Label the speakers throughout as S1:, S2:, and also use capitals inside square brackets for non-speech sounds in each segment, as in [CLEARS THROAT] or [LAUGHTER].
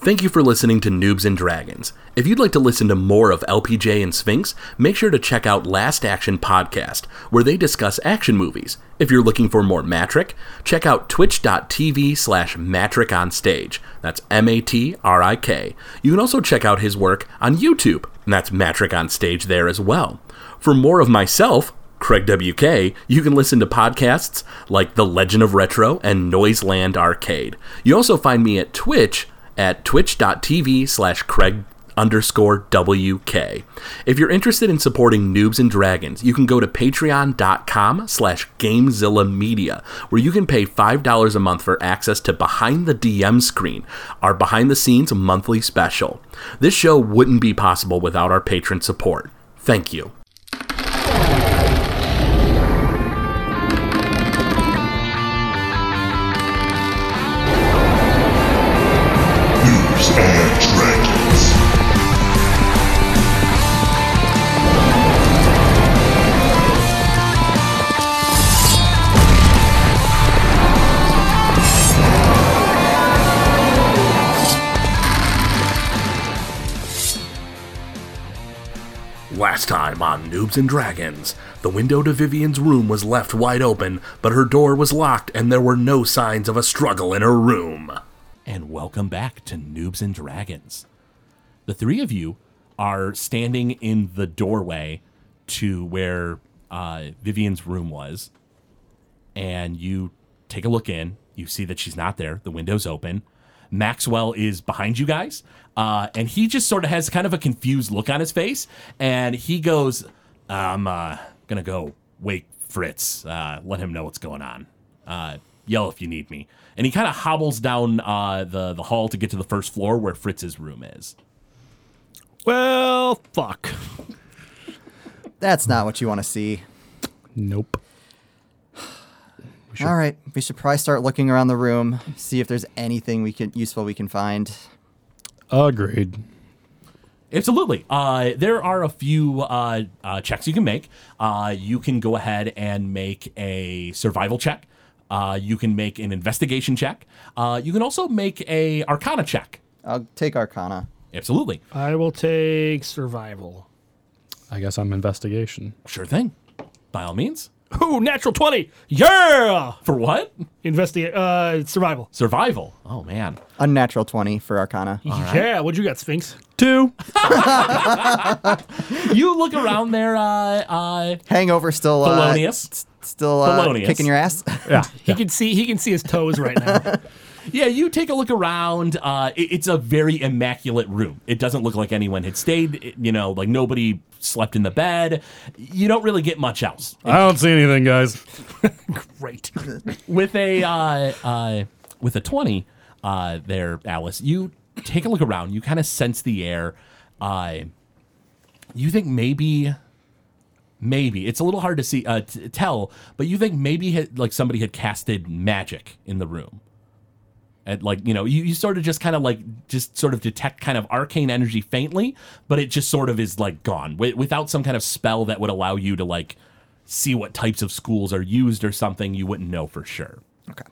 S1: Thank you for listening to Noobs and Dragons. If you'd like to listen to more of LPJ and Sphinx, make sure to check out Last Action Podcast, where they discuss action movies. If you're looking for more Matric, check out twitch.tv slash Matric on stage. That's M A T R I K. You can also check out his work on YouTube, and that's Matric on stage there as well. For more of myself, Craig WK, you can listen to podcasts like The Legend of Retro and Noiseland Arcade. You also find me at Twitch at twitch.tv slash Craig underscore WK. If you're interested in supporting Noobs and Dragons, you can go to patreon.com slash Gamezilla Media, where you can pay $5 a month for access to Behind the DM Screen, our behind-the-scenes monthly special. This show wouldn't be possible without our patron support. Thank you.
S2: Noobs and Dragons.
S1: Last time on Noobs and Dragons, the window to Vivian's room was left wide open, but her door was locked and there were no signs of a struggle in her room. And welcome back to Noobs and Dragons. The three of you are standing in the doorway to where uh, Vivian's room was, and you take a look in. You see that she's not there. The window's open. Maxwell is behind you guys, uh, and he just sort of has kind of a confused look on his face, and he goes, "I'm uh, gonna go wake Fritz. Uh, let him know what's going on. Uh, yell if you need me." And he kind of hobbles down uh, the the hall to get to the first floor where Fritz's room is.
S3: Well, fuck.
S4: That's not what you want to see.
S3: Nope.
S4: All right, we should probably start looking around the room, see if there's anything we can useful we can find.
S3: Agreed.
S1: Absolutely. Uh, there are a few uh, uh, checks you can make. Uh, you can go ahead and make a survival check. Uh, you can make an investigation check. Uh, you can also make a Arcana check.
S4: I'll take Arcana.
S1: Absolutely.
S5: I will take survival.
S3: I guess I'm investigation.
S1: Sure thing. By all means.
S5: Ooh, natural 20. Yeah!
S1: For what?
S5: Investigate. Uh, survival.
S1: Survival. Oh man.
S4: Unnatural 20 for [LAUGHS] Arcana.
S5: Yeah, what'd you got, Sphinx?
S3: Two.
S1: You look around there. Uh, uh,
S4: Hangover still uh,
S1: Polonius.
S4: s- still uh,
S1: Polonius.
S4: kicking your ass. [LAUGHS]
S3: Yeah.
S5: He can see he can see his toes right now.
S1: Yeah, you take a look around. Uh, it- it's a very immaculate room. It doesn't look like anyone had stayed. It- you know, like nobody slept in the bed. You don't really get much else.
S3: [LAUGHS] I don't see anything, guys.
S5: Great.
S1: with a uh, uh, with a twenty uh, there, Alice. You take a look around. You kind of sense the air. Uh, you think maybe, maybe it's a little hard to see uh, t- tell, but you think maybe had, like somebody had casted magic in the room. And like you know, you, you sort of just kind of like just sort of detect kind of arcane energy faintly, but it just sort of is like gone wi- without some kind of spell that would allow you to like see what types of schools are used or something, you wouldn't know for sure.
S4: Okay.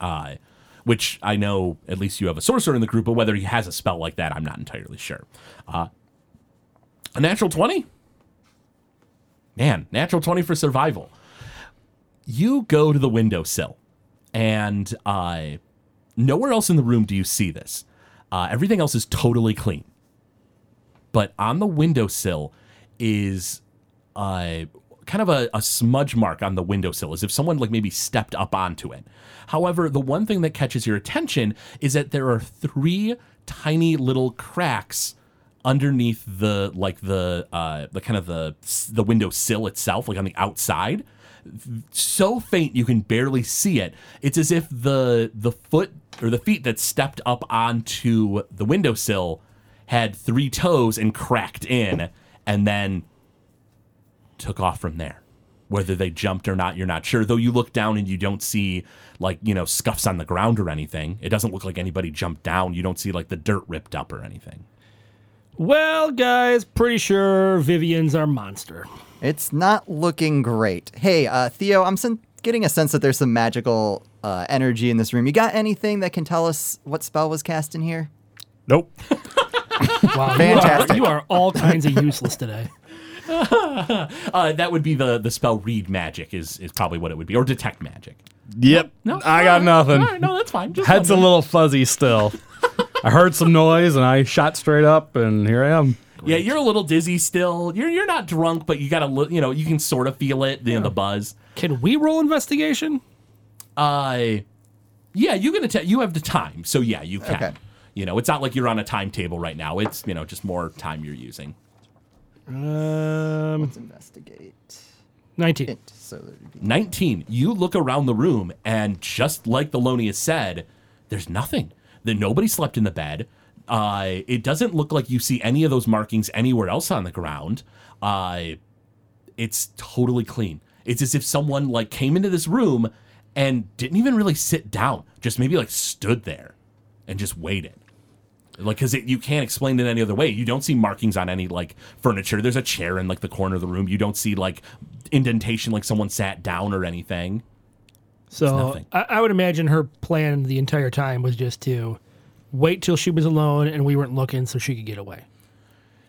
S1: Uh, which I know at least you have a sorcerer in the group, but whether he has a spell like that, I'm not entirely sure. Uh, a natural 20? Man, natural 20 for survival. You go to the windowsill, and uh, nowhere else in the room do you see this. Uh, everything else is totally clean. But on the windowsill is uh, kind of a, a smudge mark on the windowsill, as if someone like maybe stepped up onto it. However, the one thing that catches your attention is that there are three tiny little cracks underneath the like the uh, the kind of the the windowsill itself, like on the outside. So faint you can barely see it. It's as if the the foot or the feet that stepped up onto the windowsill had three toes and cracked in, and then took off from there. Whether they jumped or not, you're not sure. Though you look down and you don't see like, you know, scuffs on the ground or anything. It doesn't look like anybody jumped down. You don't see like the dirt ripped up or anything.
S5: Well, guys, pretty sure Vivian's our monster.
S4: It's not looking great. Hey, uh, Theo, I'm sen- getting a sense that there's some magical uh, energy in this room. You got anything that can tell us what spell was cast in here?
S3: Nope.
S5: Wow,
S4: Fantastic.
S5: You are, you are all kinds of useless today.
S6: Uh, that would be the the spell read magic is is probably what it would be, or detect magic.
S3: [LAUGHS] Yep.
S6: No,
S3: I got
S6: all right,
S3: nothing.
S6: all right, no, that's fine. Just
S3: Head's a
S6: wondering.
S3: little fuzzy
S6: [LAUGHS]
S3: still. I heard some noise and I shot straight up, and here I am.
S6: Yeah, you're a little dizzy still. You're you're not drunk, but you got a little. You know, you can sort of feel it. You know, the buzz.
S5: Can we roll investigation?
S6: Uh, yeah, you can atta- You have the time, so yeah, you can.
S4: Okay.
S6: You know, it's not like you're on a timetable right now. It's you know just more time you're using.
S5: Um,
S4: Investigate.
S5: 19.
S4: So there'd be
S6: 19. You look around the room, and just like Thelonious said, there's nothing. That nobody slept in the bed. Uh, it doesn't look like you see any of those markings anywhere else on the ground. Uh, it's totally clean. It's as if someone like came into this room and didn't even really sit down. Just maybe like stood there and just waited. Like, cause it, you can't explain it any other way. You don't see markings on any like furniture. There's a chair in like the corner of the room. You don't see like indentation like someone sat down or anything.
S5: So
S6: nothing.
S5: I, I would imagine her plan the entire time was just to wait till she was alone and we weren't looking so she could get away.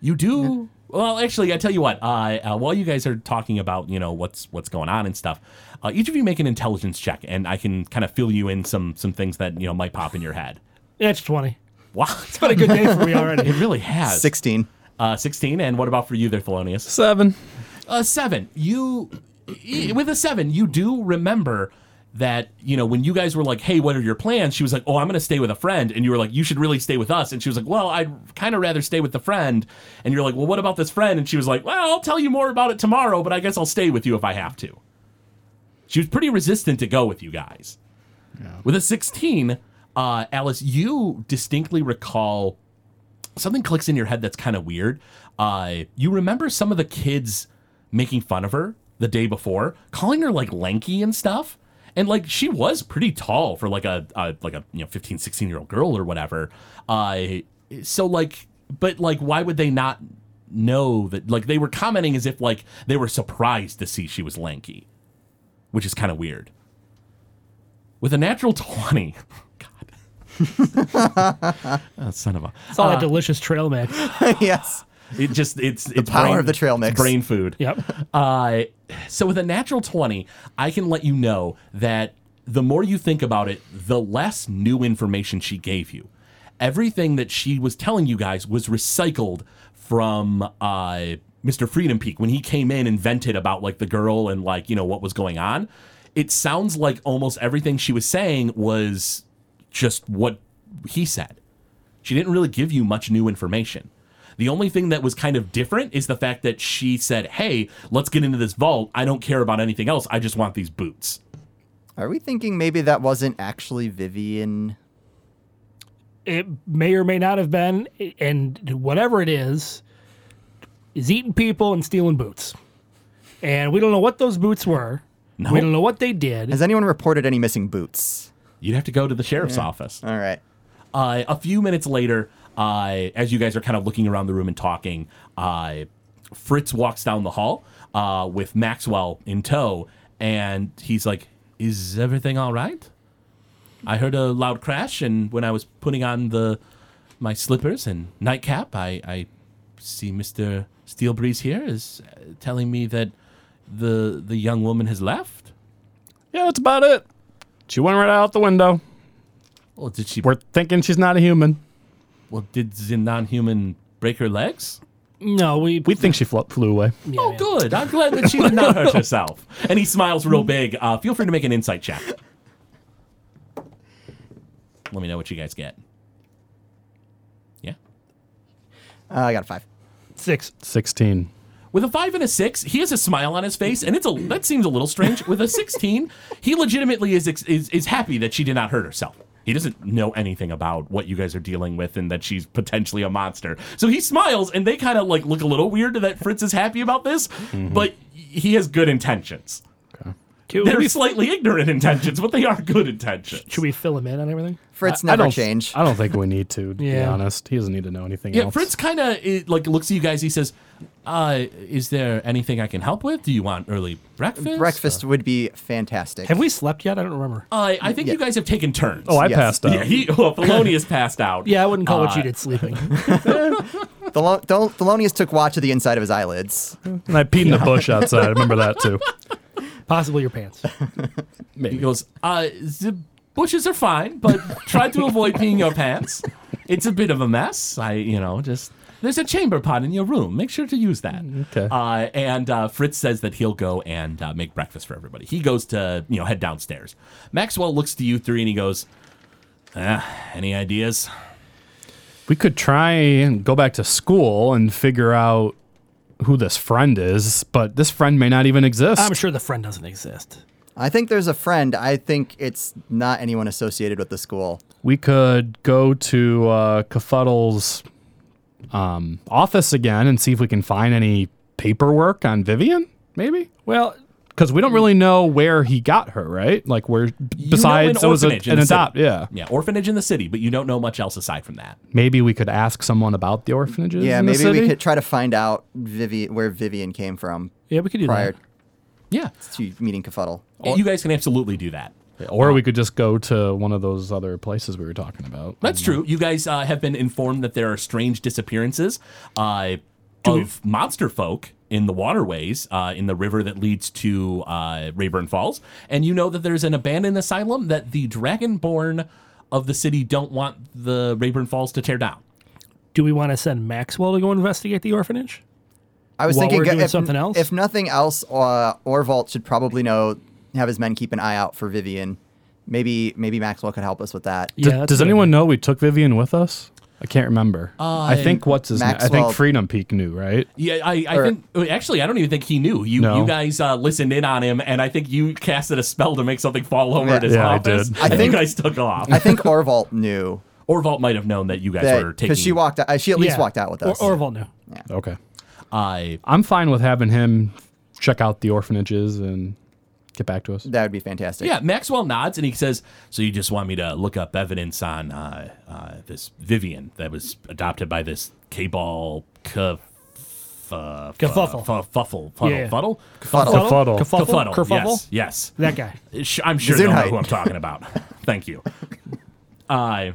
S6: You do. Well, actually, I tell you what. Uh, uh, while you guys are talking about you know what's what's going on and stuff, uh, each of you make an intelligence check, and I can kind of fill you in some some things that you know might pop in your head. [LAUGHS]
S5: That's 20.
S6: Wow, it's been
S5: What a good day for me already.
S6: It really has.
S4: 16.
S6: Uh, 16. And what about for you there, Thelonious?
S3: Seven.
S6: a seven. You e- with a seven, you do remember that you know when you guys were like, "Hey, what are your plans?" She was like, "Oh, I'm gonna stay with a friend," and you were like, "You should really stay with us." And she was like, "Well, I'd kind of rather stay with the friend." And you're like, "Well, what about this friend?" And she was like, "Well, I'll tell you more about it tomorrow, but I guess I'll stay with you if I have to." She was pretty resistant to go with you guys. With a 16, uh, Alice, you distinctly recall something clicks in your head that's kind of weird. Uh, you remember some of the kids making fun of her the day before, calling her like lanky and stuff. And like she was pretty tall for like a, a like a you know 15, 16 year old girl or whatever. Uh, so like, but like, why would they not know that? Like they were commenting as if like they were surprised to see she was lanky, which is kind of weird. With a natural twenty, [LAUGHS] God, [LAUGHS] oh, son of a
S5: It's all that delicious trail mix.
S4: [LAUGHS] yes.
S6: it just it's it's
S4: power of the trail mix.
S6: brain food.
S5: Yep.
S6: [LAUGHS] Uh, so with a natural twenty, I can let you know that the more you think about it, the less new information she gave you. Everything that she was telling you guys was recycled from uh, Mr. Freedom Peak when he came in and vented about like the girl and like you know what was going on. It sounds like almost everything she was saying was just what he said. She didn't really give you much new information. The only thing that was kind of different is the fact that she said, "Hey, let's get into this vault. I don't care about anything else. I just want these boots."
S4: Are we thinking maybe that wasn't actually Vivian?
S5: It may or may not have been, and whatever it is, is eating people and stealing boots. And we don't know what those boots were.
S6: No.
S5: We don't know what they did.
S4: Has anyone reported any missing boots?
S6: You'd have to go to the sheriff's office.
S4: All right.
S6: Uh, a few minutes later, uh, as you guys are kind of looking around the room and talking, uh, Fritz walks down the hall uh, with Maxwell in tow, and he's like, "Is everything all right?" I heard a loud crash, and when I was putting on the my slippers and nightcap, I, I see Mister Steelbreeze here is uh, telling me that the the young woman has left.
S3: Yeah, that's about it. She went right out the window.
S6: Oh, did she?
S3: We're thinking she's not a human.
S6: Well, did the non-human break her legs?
S5: no, we.
S3: We think she fl- flew away.
S5: yeah,
S6: Oh,
S5: yeah.
S6: good. I'm glad that
S5: [LAUGHS]
S6: she did not hurt herself. And he smiles real big. Uh, feel free to make an insight check. Let me know what you guys get. Yeah.
S4: Uh, I got a five.
S5: Six.
S3: 16.
S6: With a five and a six, he has a smile on his face, and it's a that seems a little strange. With a sixteen, he legitimately is ex- is is happy that she did not hurt herself. He doesn't know anything about what you guys are dealing with and that she's potentially a monster. So he smiles, and they kind of like
S5: Mm-hmm.
S6: look a little weird that Fritz is happy about this, but he has good intentions.
S5: too.
S6: They're [LAUGHS] slightly ignorant intentions, but they are good intentions.
S5: Should we fill him in on everything?
S4: Fritz
S3: I
S4: never
S3: don't
S4: change.
S3: I don't think we need to. To be
S5: Yeah.
S3: honest, he doesn't need to know anything
S6: Yeah,
S3: else.
S6: Fritz kind of like looks at you guys. He says, uh, "Is there anything I can help with? Do you want early breakfast?
S4: Breakfast would be fantastic.
S5: Have we slept yet? I don't remember.
S6: Uh, I think you guys have taken turns.
S3: oh, I
S4: Yes.
S3: passed out.
S6: yeah. He well, Polonius passed out.
S5: Yeah, I wouldn't call what
S6: Uh,
S5: you did sleeping. [LAUGHS]
S4: Thel- Thel- Thelonious took watch of the inside of his eyelids.
S3: And I peed in the bush outside. I remember that
S6: [LAUGHS]
S3: too.
S5: Possibly your pants.
S6: He goes, uh, the bushes are fine, but try to avoid peeing your pants. It's a bit of a mess. I, you know, just there's a chamber pot in your room. Make sure to use that.
S3: Mm, okay.
S6: Uh, and uh, Fritz says that he'll go and uh, make breakfast for everybody. He goes to, you know, head downstairs. Maxwell looks to you three and he goes, eh, any ideas?
S3: We could try and go back to school and figure out who this friend is, but this friend may not even exist.
S5: I'm sure the friend doesn't exist.
S4: I think there's a friend. I think it's not anyone associated with the school.
S3: we could go to uh, Kefuddle's um, office again and see if we can find any paperwork on Vivian, maybe?
S5: Well,
S3: Because we don't really know where he got her, right? Like, where,
S6: You know
S3: besides, it was a,
S6: orphanage in
S3: an
S6: the city.
S3: adopt, yeah.
S6: Yeah, orphanage in the city, but you don't know much else aside from that.
S3: Maybe we could ask someone about the orphanages.
S4: Yeah,
S3: in the
S4: maybe we
S3: city?
S4: could try to find out Vivi- where Vivian came from
S5: yeah, we could do
S4: prior
S5: that.
S6: Yeah.
S4: to meeting Kefuddle.
S6: you guys can absolutely do that.
S3: Or we could just go to one of those other places we were talking about.
S6: That's true. You guys uh, have been informed that there are strange disappearances uh, of monster folk in the waterways, uh, in the river that leads to uh, Rayburn Falls. And you know that there's an abandoned asylum that the dragonborn of the city don't want the Rayburn Falls to tear down.
S5: Do we want to send Maxwell to go investigate the orphanage?
S4: I was
S5: While
S4: thinking
S5: we're doing
S4: if,
S5: something else?
S4: if nothing else, uh, Orvault should probably know, have his men keep an eye out for Vivian. Maybe maybe Maxwell could help us with that.
S3: D-
S5: that's
S3: does
S5: a good
S3: anyone know we took Vivian with us? I can't remember.
S6: Uh,
S3: I think what's his name? I
S4: Maxwell-
S3: think Freedom Peak knew, right?
S6: Yeah, I, I
S4: Or-
S6: think actually I don't even think he knew. You
S3: No.
S6: you guys uh, listened in on him, and I think you casted a spell to make something fall over at his
S3: Yeah, I
S6: office.
S3: did.
S6: I
S4: I
S6: think
S4: think-
S6: you guys took off.
S4: I
S5: [LAUGHS]
S4: think Orvault knew
S6: Orvault might have known that you guys were
S4: that
S6: taking.
S4: because she walked. Out, uh, she at least
S5: Yeah.
S4: walked out with us.
S5: Or Orval knew.
S3: Okay.
S6: I
S3: I'm fine with having him check out the orphanages and get back to us.
S4: that would be fantastic.
S6: Yeah, Maxwell nods and he says, "So you just want me to look up evidence on uh, uh, this Vivian that was adopted by this K-ball cuff, uh,
S5: Kerfuffle.
S6: fuffle, fuffle, fuddle,
S5: Yeah.
S6: fuddle,
S4: Kefuddle.
S3: Kerfuddle.
S5: Kerfuffle?
S6: Kerfuddle.
S5: Kerfuffle?
S6: Yes,
S5: That guy.
S6: yes. Sh- I'm sure you know
S4: Gesundheit.
S6: who I'm talking about. Thank you. Uh,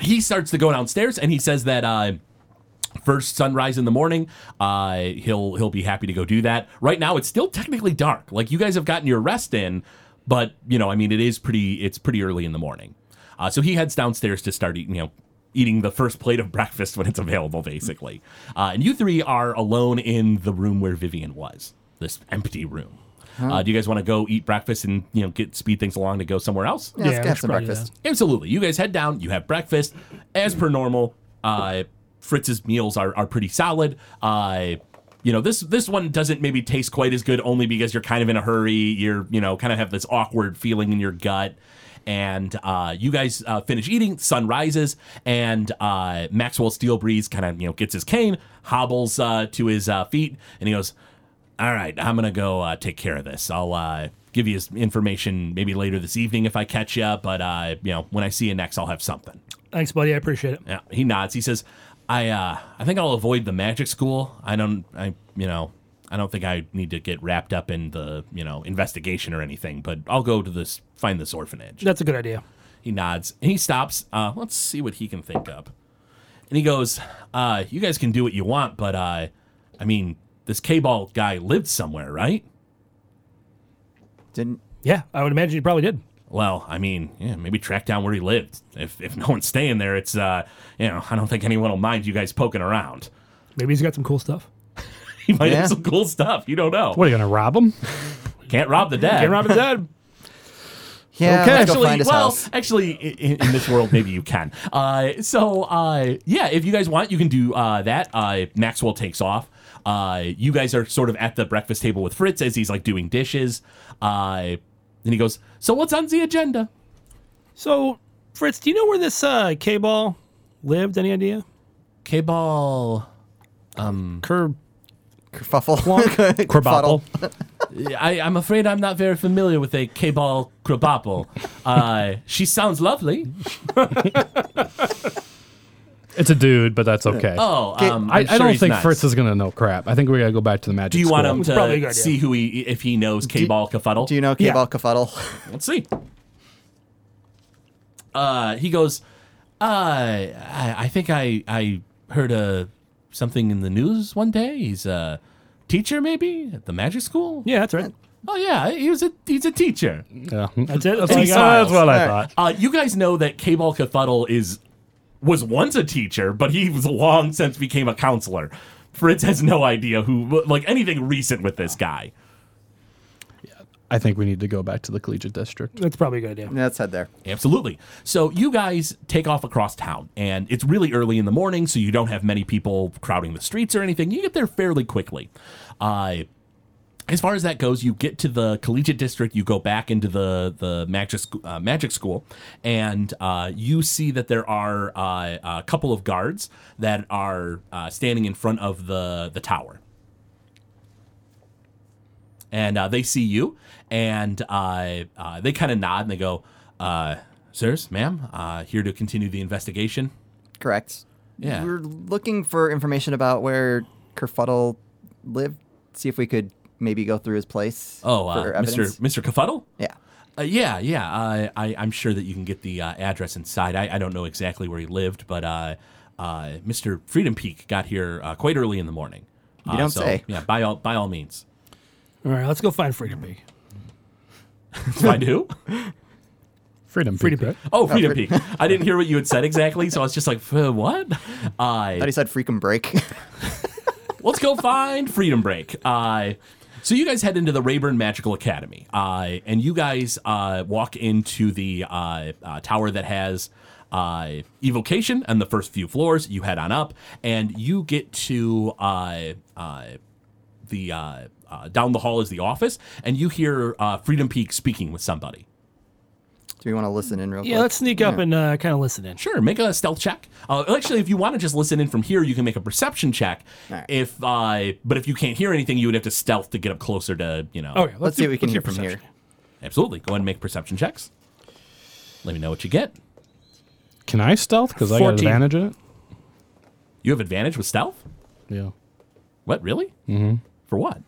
S6: he starts to go downstairs and he says that. Uh, First sunrise in the morning, uh, he'll he'll be happy to go do that. Right now, it's still technically dark. Like you guys have gotten your rest in, but you know, I mean, it is pretty. It's pretty early in the morning, uh, so he heads downstairs to start eating. You know, eating the first plate of [LAUGHS] breakfast when it's available, basically. Uh, and you three are alone in the room where Vivian was. This empty room. Uh, do you guys want to go eat breakfast and you know get speed things along to go somewhere else?
S4: Yeah, let's
S5: Yeah,
S4: get
S5: we should
S4: some
S5: probably do
S4: breakfast.
S6: Absolutely. You guys head down, you have breakfast. As per normal, uh, Fritz's meals are, are pretty solid. Uh, you know, this this one doesn't maybe taste quite as good only because you're kind of in a hurry. You're, you know, kind of have this awkward feeling in your gut. And uh, you guys uh, finish eating, sun rises, and uh, Maxwell Steelbreeze kind of, you know, gets his cane, hobbles uh, to his uh, feet, and he goes, all right, I'm gonna go uh, take care of this. I'll uh, give you his information maybe later this evening if I catch you. But uh, you know, when I see you next, I'll have something.
S5: Thanks, buddy. I appreciate it.
S6: Yeah, he nods. He says, "I uh, I think I'll avoid the magic school. I don't. I you know, I don't think I need to get wrapped up in the you know investigation or anything. But I'll go to this find this orphanage."
S5: That's a good idea.
S6: He nods and he stops. Uh, let's see what he can think up. And he goes, uh, "You guys can do what you want, but uh, I mean, this K-ball guy lived somewhere, right?"
S4: Didn't
S5: Yeah, I would imagine you probably did.
S6: Well, I mean, yeah, maybe track down where he lived. If if no one's staying there, it's uh, you know, I don't think anyone will mind you guys poking around. [LAUGHS]
S5: Maybe he's got some cool stuff.
S6: He might
S4: Yeah.
S6: have some cool stuff. You don't know.
S3: What are you gonna rob him?
S6: Can't rob the dead.
S5: Get Robin
S6: [LAUGHS]
S5: dead.
S4: yeah? Let's
S3: Okay.
S4: go
S6: actually,
S4: find his
S6: well,
S4: house.
S6: actually, i- in, in this world, maybe you can. Uh, so, uh, yeah, if you guys want, you can do uh, that. Uh, Maxwell takes off. Uh, you guys are sort of at the breakfast table with Fritz as he's like doing dishes. Uh, and he goes, "So what's on the agenda?"
S5: So, Fritz, do you know where this uh, K ball lived? Any idea?
S6: K-ball.
S3: Kerb
S6: Mm.
S4: [LAUGHS] Kerfuffle. Kerfuddle.
S3: Kerbopple.
S6: I, I'm afraid I'm not very familiar with a K-ball krabappel. Uh, she sounds lovely.
S3: It's a dude, but that's okay.
S6: Oh, um,
S3: I,
S6: I'm
S3: I
S6: sure
S3: don't
S6: he's
S3: think
S6: nice.
S3: Fritz is gonna know crap. I think we gotta go back to the magic.
S6: Do you want
S3: school.
S6: him
S5: It's probably a good
S6: to
S5: idea.
S6: see who he if he knows K-ball kafuddle?
S4: Do you know
S5: Yeah.
S4: K-Ball Cafuddle? [LAUGHS]
S6: Let's see. Uh, he goes. Uh, I, I think I I heard uh, something in the news one day. He's a teacher, maybe at the magic school.
S5: Yeah, that's right.
S6: Oh yeah, he was a he's a teacher.
S3: Yeah.
S5: That's it.
S3: That's,
S5: That's all I got.
S3: that's what I
S4: Alright.
S3: thought.
S6: Uh, you guys know that K-ball Kafuddle is was once a teacher, but he was long since became a counselor. Fritz has no idea who like anything recent with this guy.
S3: I think we need to go back to the collegiate district.
S5: That's probably a good idea.
S4: Let's head there.
S6: Absolutely. So you guys take off across town, and it's really early in the morning, so you don't have many people crowding the streets or anything. You get there fairly quickly. Uh, as far as that goes, you get to the collegiate district. You go back into the the magic sc- uh, magic school, and uh, you see that there are uh, a couple of guards that are uh, standing in front of the the tower and uh, they see you, and uh, uh, they kind of nod and they go, uh, "Sirs, ma'am, uh, here to continue the investigation."
S4: Correct.
S6: Yeah.
S4: We're looking for information about where Kerfuddle lived. See if we could maybe go through his place.
S6: Oh, uh,
S4: for
S6: Mr.
S4: evidence.
S6: Mr. Cafuddle.
S4: Yeah.
S6: Uh, yeah, yeah. Uh, I, I'm sure that you can get the uh, address inside. I, I don't know exactly where he lived, but uh, uh, Mr. Freedom Peak got here uh, quite early in the morning. You
S4: don't say.
S6: Yeah, by all by all means.
S4: [LAUGHS]
S5: All right, let's go find Freedom Peak.
S6: Find who?
S3: Freedom. Peak,
S5: Freedom Peak.
S3: right?
S6: Oh, Freedom
S4: Fre-
S6: Peak. I didn't hear what you had said exactly, so I was just like,
S4: [LAUGHS]
S6: "Uh, "What?" Uh,
S4: Thought he said freaking break. [LAUGHS]
S6: Let's go find Freedom Break. Uh, so you guys head into the Rayburn Magical Academy, uh, and you guys uh, walk into the uh, uh, tower that has uh, evocation and the first few floors. You head on up, and you get to uh, uh, the uh, uh, down the hall is the office, and you hear uh, Freedom Peak speaking with somebody.
S4: Do we want to listen in real quick?
S5: Yeah, let's sneak up and uh, kind of listen in.
S6: Sure, make a stealth check. Uh, actually, if you want to just listen in from here, you can make a perception check.
S4: All right.
S6: If uh, but if you can't hear anything, you would have to stealth to get up closer to you know.
S5: Okay, let's,
S4: Let's, see what we can
S5: let's
S4: hear
S5: do
S4: from
S5: perception.
S4: here.
S6: Absolutely. Go ahead and make perception checks. Let me know what you get.
S3: Can I stealth? Because I got
S5: 14.
S3: advantage in it.
S6: You have advantage with stealth?
S3: Yeah.
S6: What, really? Mm-hmm. For what?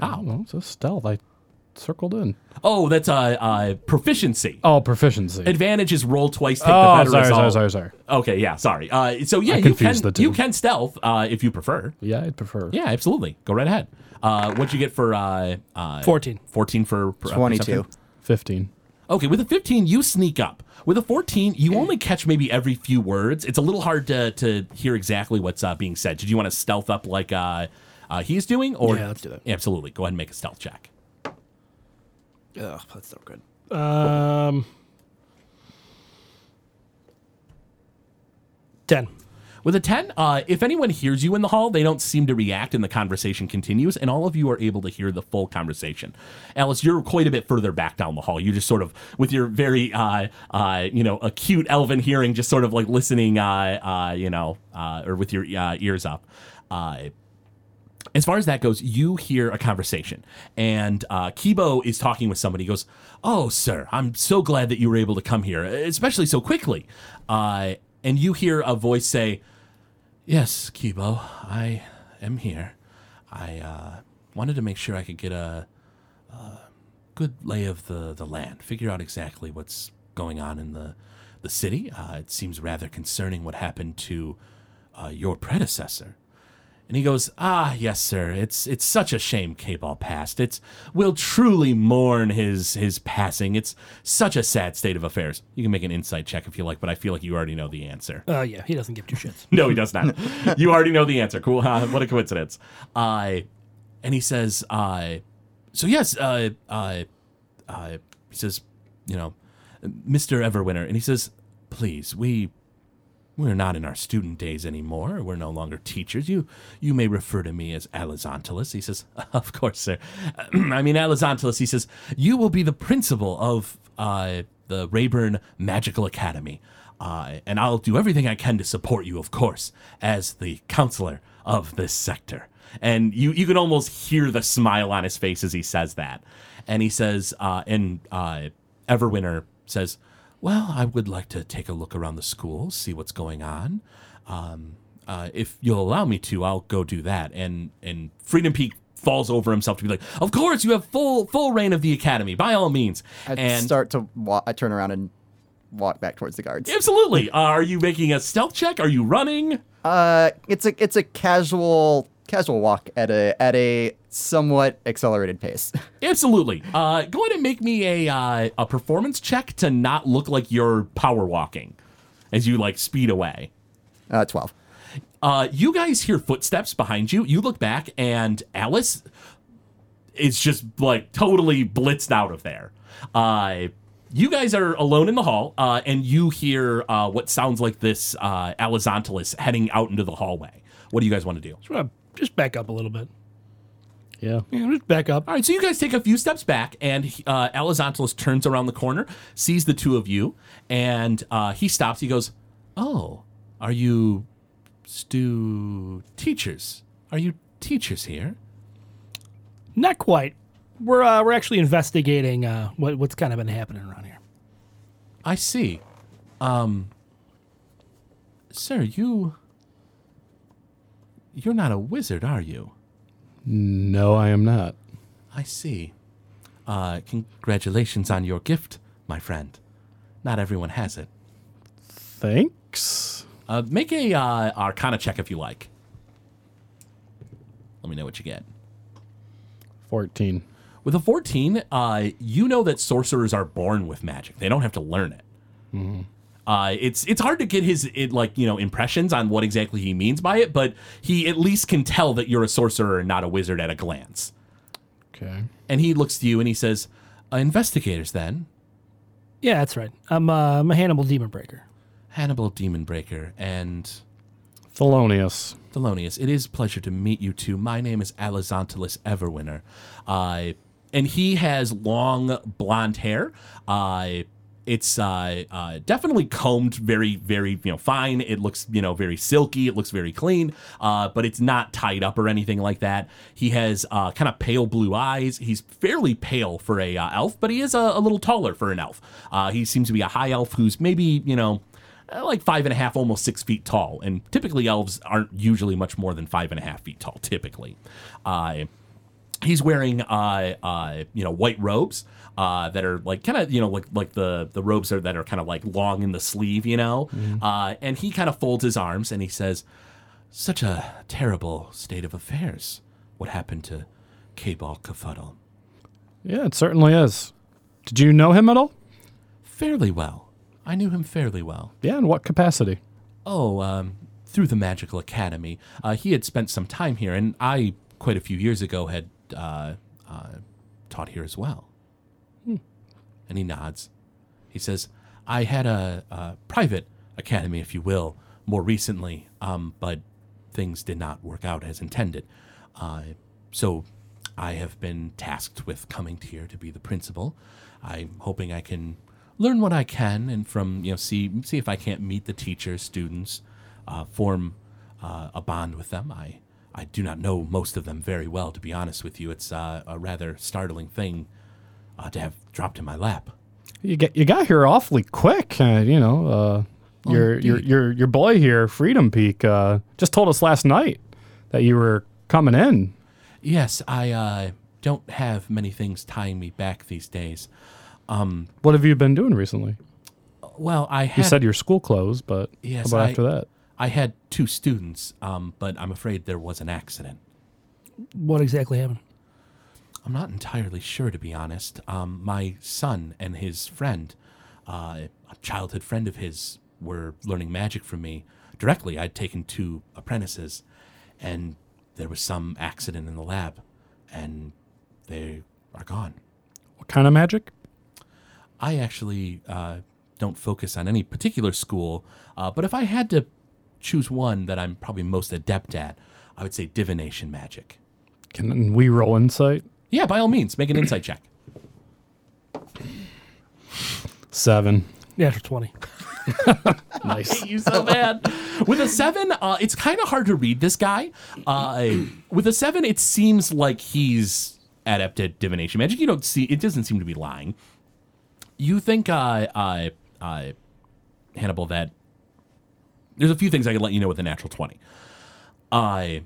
S6: How?
S3: Oh, Well, it's a stealth. I circled in.
S6: Oh, that's uh, uh, proficiency.
S3: Oh, proficiency.
S6: Advantage is roll twice, take the
S3: oh,
S6: better
S3: sorry,
S6: result.
S3: sorry, sorry, sorry.
S6: Okay, yeah, sorry. Uh, so yeah, you can
S3: confused the two.
S6: you can stealth uh, if you prefer.
S3: Yeah, I'd prefer.
S6: Yeah, absolutely. Go right ahead. Uh, what'd you get for uh, uh,
S5: 14.
S6: 14 for for, uh,
S4: 22.
S6: perception?
S3: 15.
S6: Okay, with a 15, you sneak up. With a 14, you only catch maybe every few words. It's a little hard to, to hear exactly what's uh, being said. Did you want to stealth up like uh, uh, he's doing? Or
S5: Yeah, let's do that.
S6: absolutely. Go ahead and make a stealth check.
S5: Ugh, that's not good. Um, 10.
S6: With a 10, uh, if anyone hears you in the hall, they don't seem to react and the conversation continues, and all of you are able to hear the full conversation. Alice, you're quite a bit further back down the hall. You just sort of, with your very, uh, uh, you know, acute elven hearing, just sort of like listening, uh, uh, you know, uh, or with your uh, ears up. Uh, as far as that goes, you hear a conversation, and uh, Kibo is talking with somebody. He goes, "Oh, sir, I'm so glad that you were able to come here, especially so quickly." Uh, and you hear a voice say, "Yes, Kibo, I am here. I uh, wanted to make sure I could get a, a good lay of the, the land, figure out exactly what's going on in the the city. Uh, it seems rather concerning what happened to uh, your predecessor." And he goes, "Ah, yes, sir. It's it's such a shame K-ball passed. It's we'll truly mourn his his passing. It's such a sad state of affairs. You can make an insight check if you like, but I feel like you already know the answer.
S5: Uh, yeah, he doesn't give two shits.
S6: [LAUGHS] no, he does not. you already know the answer. Cool. [LAUGHS] huh? what a coincidence. Uh, and he says, uh, so yes, uh, uh, uh, he says, you know, Mr. Everwinter, and he says, please, we we're not in our student days anymore. We're no longer teachers. You you may refer to me as Alizontalus. He says, [LAUGHS] Of course, sir. [CLEARS THROAT] I mean, Alizontalus, he says, You will be the principal of uh, the Rayburn Magical Academy. Uh, and I'll do everything I can to support you, of course, as the counselor of this sector. and you you can almost hear the smile on his face as he says that. And he says, uh, and uh, Everwinter says, "Well, I would like to take a look around the school, see what's going on. Um, uh, if you'll allow me to, I'll go do that." And and Freedom Peak falls over himself to be like, "Of course, you have full full reign of the academy, by all means."
S4: I
S6: and
S4: start to wa- I turn around and walk back towards the guards.
S6: absolutely, Uh, are you making a stealth check? Are you running?
S4: Uh, it's a it's a casual casual walk at a at a somewhat accelerated pace. [LAUGHS]
S6: Absolutely. Uh, go ahead and make me a uh, a performance check to not look like you're power walking as you like speed away.
S4: Uh, Twelve.
S6: Uh, you guys hear footsteps behind you. You look back, and Alice is just like totally blitzed out of there. Uh, you guys are alone in the hall, uh, and you hear uh, what sounds like this uh, Alizontalis heading out into the hallway. What do you guys want to do?
S5: Just wanna- Just back up a little bit.
S3: Yeah.
S5: Yeah, just back up.
S6: All right, so you guys take a few steps back, and uh, Elizontalis turns around the corner, sees the two of you, and uh, he stops. He goes, "Oh, are you stu teachers? Are you teachers here?"
S5: Not quite. We're uh, we're actually investigating uh, what what's kind of been happening around here.
S6: I see. Um, sir, you you're not a wizard, are you?
S3: No, I am not.
S6: I see. Uh, congratulations on your gift, my friend. Not everyone has it.
S3: Thanks.
S6: Uh, make a uh, Arcana check if you like. Let me know what you get.
S3: 14.
S6: With a 14, uh, you know that sorcerers are born with magic. They don't have to learn it. Uh, it's it's hard to get his it, like you know impressions on what exactly he means by it, but he at least can tell that you're a sorcerer and not a wizard at a glance.
S3: Okay.
S6: And he looks to you and he says, uh, "Investigators, then
S5: Yeah, that's right. I'm, uh, I'm a Hannibal Demon Breaker.
S6: Hannibal, Demonbreaker, and
S3: Thelonious.
S6: Thelonious, it is a pleasure to meet you too. My name is Alizontalis Everwinter. Uh, and he has long blonde hair. Uh, it's uh, uh, definitely combed very, very, you know, fine. It looks, you know, very silky. It looks very clean, uh, but it's not tied up or anything like that. He has uh, kind of pale blue eyes. He's fairly pale for a uh, elf, but he is a, a little taller for an elf. Uh, he seems to be a high elf who's maybe, you know, uh, like five and a half, almost six feet tall. And typically, elves aren't usually much more than five and a half feet tall. Typically, uh, he's wearing uh, uh, you know white robes uh, that are like kind of you know like like the the robes are that are kind of like long in the sleeve, you know. Uh, and he kind of folds his arms and he says, "Such a terrible state of affairs. What happened to Cabal Cafuddle?"
S3: Yeah, it certainly is. Did you know him at all?
S6: Fairly well. I knew him fairly well.
S3: Yeah, in what capacity?
S6: Oh, um, through the Magical Academy. Uh, he had spent some time here, and I, quite a few years ago, had uh, uh, taught here as well. And he nods. He says, I had a, a private academy, if you will, more recently, um, but things did not work out as intended. Uh, so I have been tasked with coming here to be the principal. I'm hoping I can learn what I can and from, you know, see, see if I can't meet the teachers, students, uh, form uh, a bond with them. I, I do not know most of them very well, to be honest with you. It's uh, a rather startling thing uh, to have dropped in my lap.
S3: You get you got here awfully quick. Uh, you know, uh,
S6: Oh,
S3: your your your your boy here, Freedom Peak, uh, just told us last night that you were coming in.
S6: Yes, I uh, don't have many things tying me back these days.
S3: What have you been doing recently?
S6: Well, I had
S3: You said your school closed, but
S6: Yes,
S3: how about
S6: I-
S3: after that?
S6: I had two students, um, but I'm afraid there was an accident.
S5: What exactly happened?
S6: I'm not entirely sure, to be honest. Um, my son and his friend, uh, a childhood friend of his, were learning magic from me directly. I'd taken two apprentices, and there was some accident in the lab, and they are gone.
S3: What kind of magic?
S6: I actually uh, don't focus on any particular school, uh, but if I had to choose one that I'm probably most adept at, I would say divination magic.
S3: Can we roll insight?
S6: Yeah, by all means, make an insight check.
S3: Seven.
S5: Natural twenty.
S3: Nice.
S6: hate [LAUGHS] you so bad. With a seven, uh, it's kind of hard to read this guy. Uh, [CLEARS THROAT] with a seven, it seems like he's adept at divination magic. You don't see; it doesn't seem to be lying. You think, uh, uh, uh, Hannibal, that there's a few things I could let you know with a natural twenty. Uh,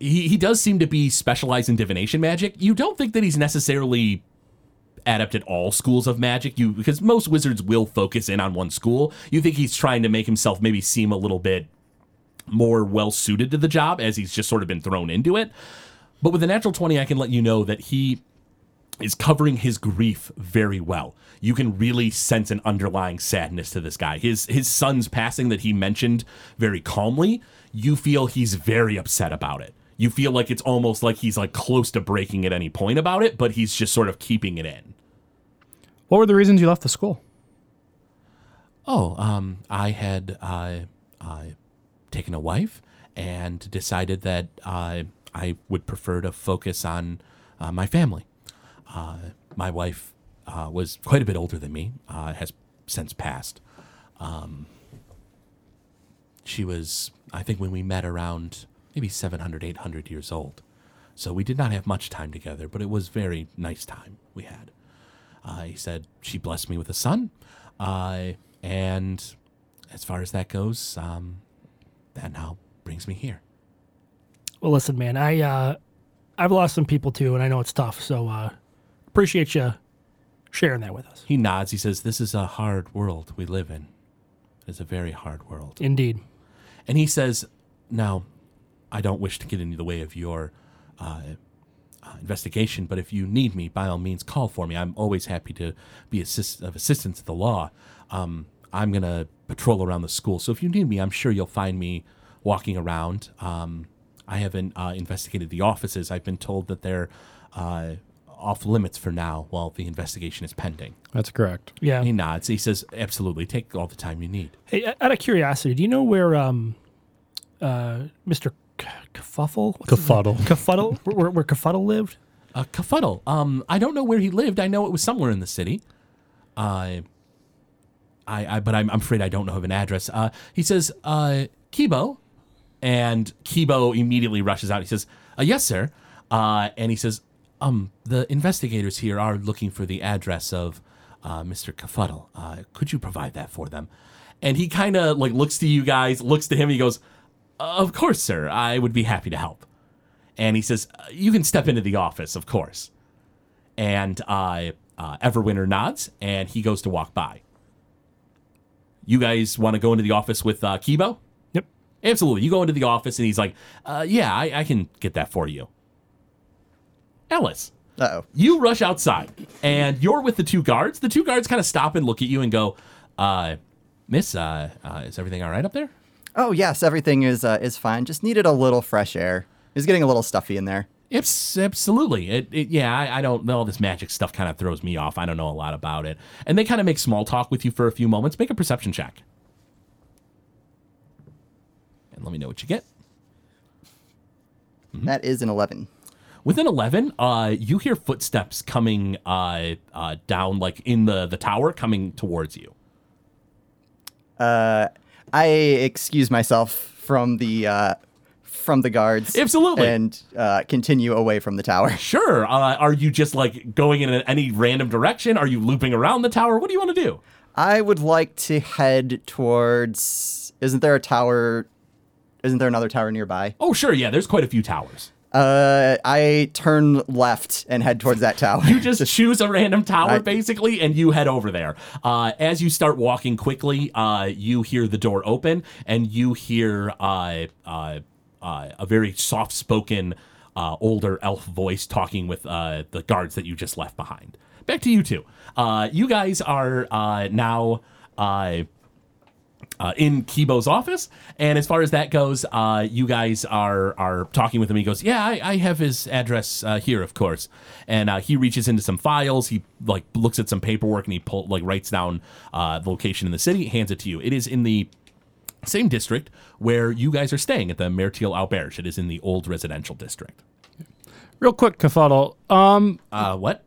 S6: he he does seem to be specialized in divination magic. You don't think that he's necessarily adept at all schools of magic you because most wizards will focus in on one school you think he's trying to make himself maybe seem a little bit more well suited to the job as he's just sort of been thrown into it but with a natural 20 i can let you know that he is covering his grief very well you can really sense an underlying sadness to this guy his his son's passing that he mentioned very calmly you feel he's very upset about it you feel like it's almost like he's like close to breaking at any point about it but he's just sort of keeping it in
S3: What were the reasons you left the school?
S6: Oh, um, I had uh, I taken a wife and decided that I I would prefer to focus on uh, my family. Uh, my wife uh, was quite a bit older than me. Uh, has since passed. Um, she was, I think, when we met around maybe 700, 800 years old. So we did not have much time together, but it was very nice time we had. Uh, he said she blessed me with a son. Uh, and as far as that goes, um, that now brings me here.
S5: Well, listen, man, I uh, I've lost some people too, and I know it's tough. So uh, appreciate you sharing that with us.
S6: He nods. He says, This is a hard world we live in. It's a very hard world.
S5: Indeed.
S6: And he says, Now, I don't wish to get in the way of your uh, uh, investigation, but if you need me, by all means, call for me. I'm always happy to be assist- of assistance to the law. Um, I'm going to patrol around the school. So if you need me, I'm sure you'll find me walking around. Um, I haven't uh, investigated the offices. I've been told that they're uh, off limits for now while the investigation is pending.
S3: That's correct.
S5: Yeah.
S6: He nods. He says, Absolutely. Take all the time you need.
S5: Hey, o- out of curiosity, do you know where um, uh, Mr. C- Kerfuffle? What's his name?
S3: Kerfuddle.
S5: Kerfuddle? where, where, where Kerfuddle lived? [LAUGHS]
S6: Uh, Kafuddle. Um, I don't know where he lived. I know it was somewhere in the city. Uh, I, I, but I'm, I'm afraid I don't know of an address. Uh, he says, uh, Kibo, and Kibo immediately rushes out. He says, uh, "Yes, sir," uh, and he says, "Um, the investigators here are looking for the address of uh, Mr. Kafuddle. Uh, could you provide that for them?" And he kind of like looks to you guys, looks to him. He goes, "Of course, sir. I would be happy to help." and he says, "Uh, "You can step into the office, of course." And uh, uh, Everwinter nods, and he goes to walk by. You guys want to go into the office with uh, Kibo?
S5: Yep.
S6: Absolutely. You go into the office, and he's like, uh, "Yeah, I, I can get that for you." Ellis,
S4: Uh oh.
S6: you rush outside, and you're with the two guards. The two guards kind of stop and look at you and go, uh, "Miss, uh, uh, is everything all right up there?"
S4: Oh yes, everything is uh, is fine. Just needed a little fresh air. It was getting a little stuffy in there.
S6: It's absolutely. It, it yeah, I, I don't know. All this magic stuff kind of throws me off. I don't know a lot about it. And they kind of make small talk with you for a few moments. Make a perception check. And let me know what you get.
S4: That is an eleven.
S6: Within 11, uh, you hear footsteps coming uh, uh, down, like in the, the tower, coming towards you.
S4: I excuse myself from the uh, from the guards.
S6: Absolutely.
S4: And uh, continue away from the tower. [LAUGHS]
S6: Sure. Uh, are you just like going in any random direction? Are you looping around the tower? What do you want to do?
S4: I would like to head towards. Isn't there a tower? Isn't there another tower nearby?
S6: Oh, sure. Yeah, there's quite a few towers.
S4: Uh, I turn left and head towards that tower.
S6: You just choose a random tower,
S4: I-
S6: basically, and you head over there. Uh, as you start walking quickly, uh, you hear the door open, and you hear uh, uh, uh, a very soft spoken, uh, older elf voice talking with uh, the guards that you just left behind. Back to you two. Uh, you guys are uh, now. Uh, uh, in Kibo's office. And as far as that goes, uh, you guys are are talking with him. He goes, "Yeah, I, I have his address uh, here, of course." And uh, he reaches into some files. He like looks at some paperwork and he pull, like writes down uh, the location in the city, hands it to you. It is in the same district where you guys are staying at the Mertil Auberge. It is in the old residential district.
S3: Real quick, Kafuddle. Um,
S6: Uh, what?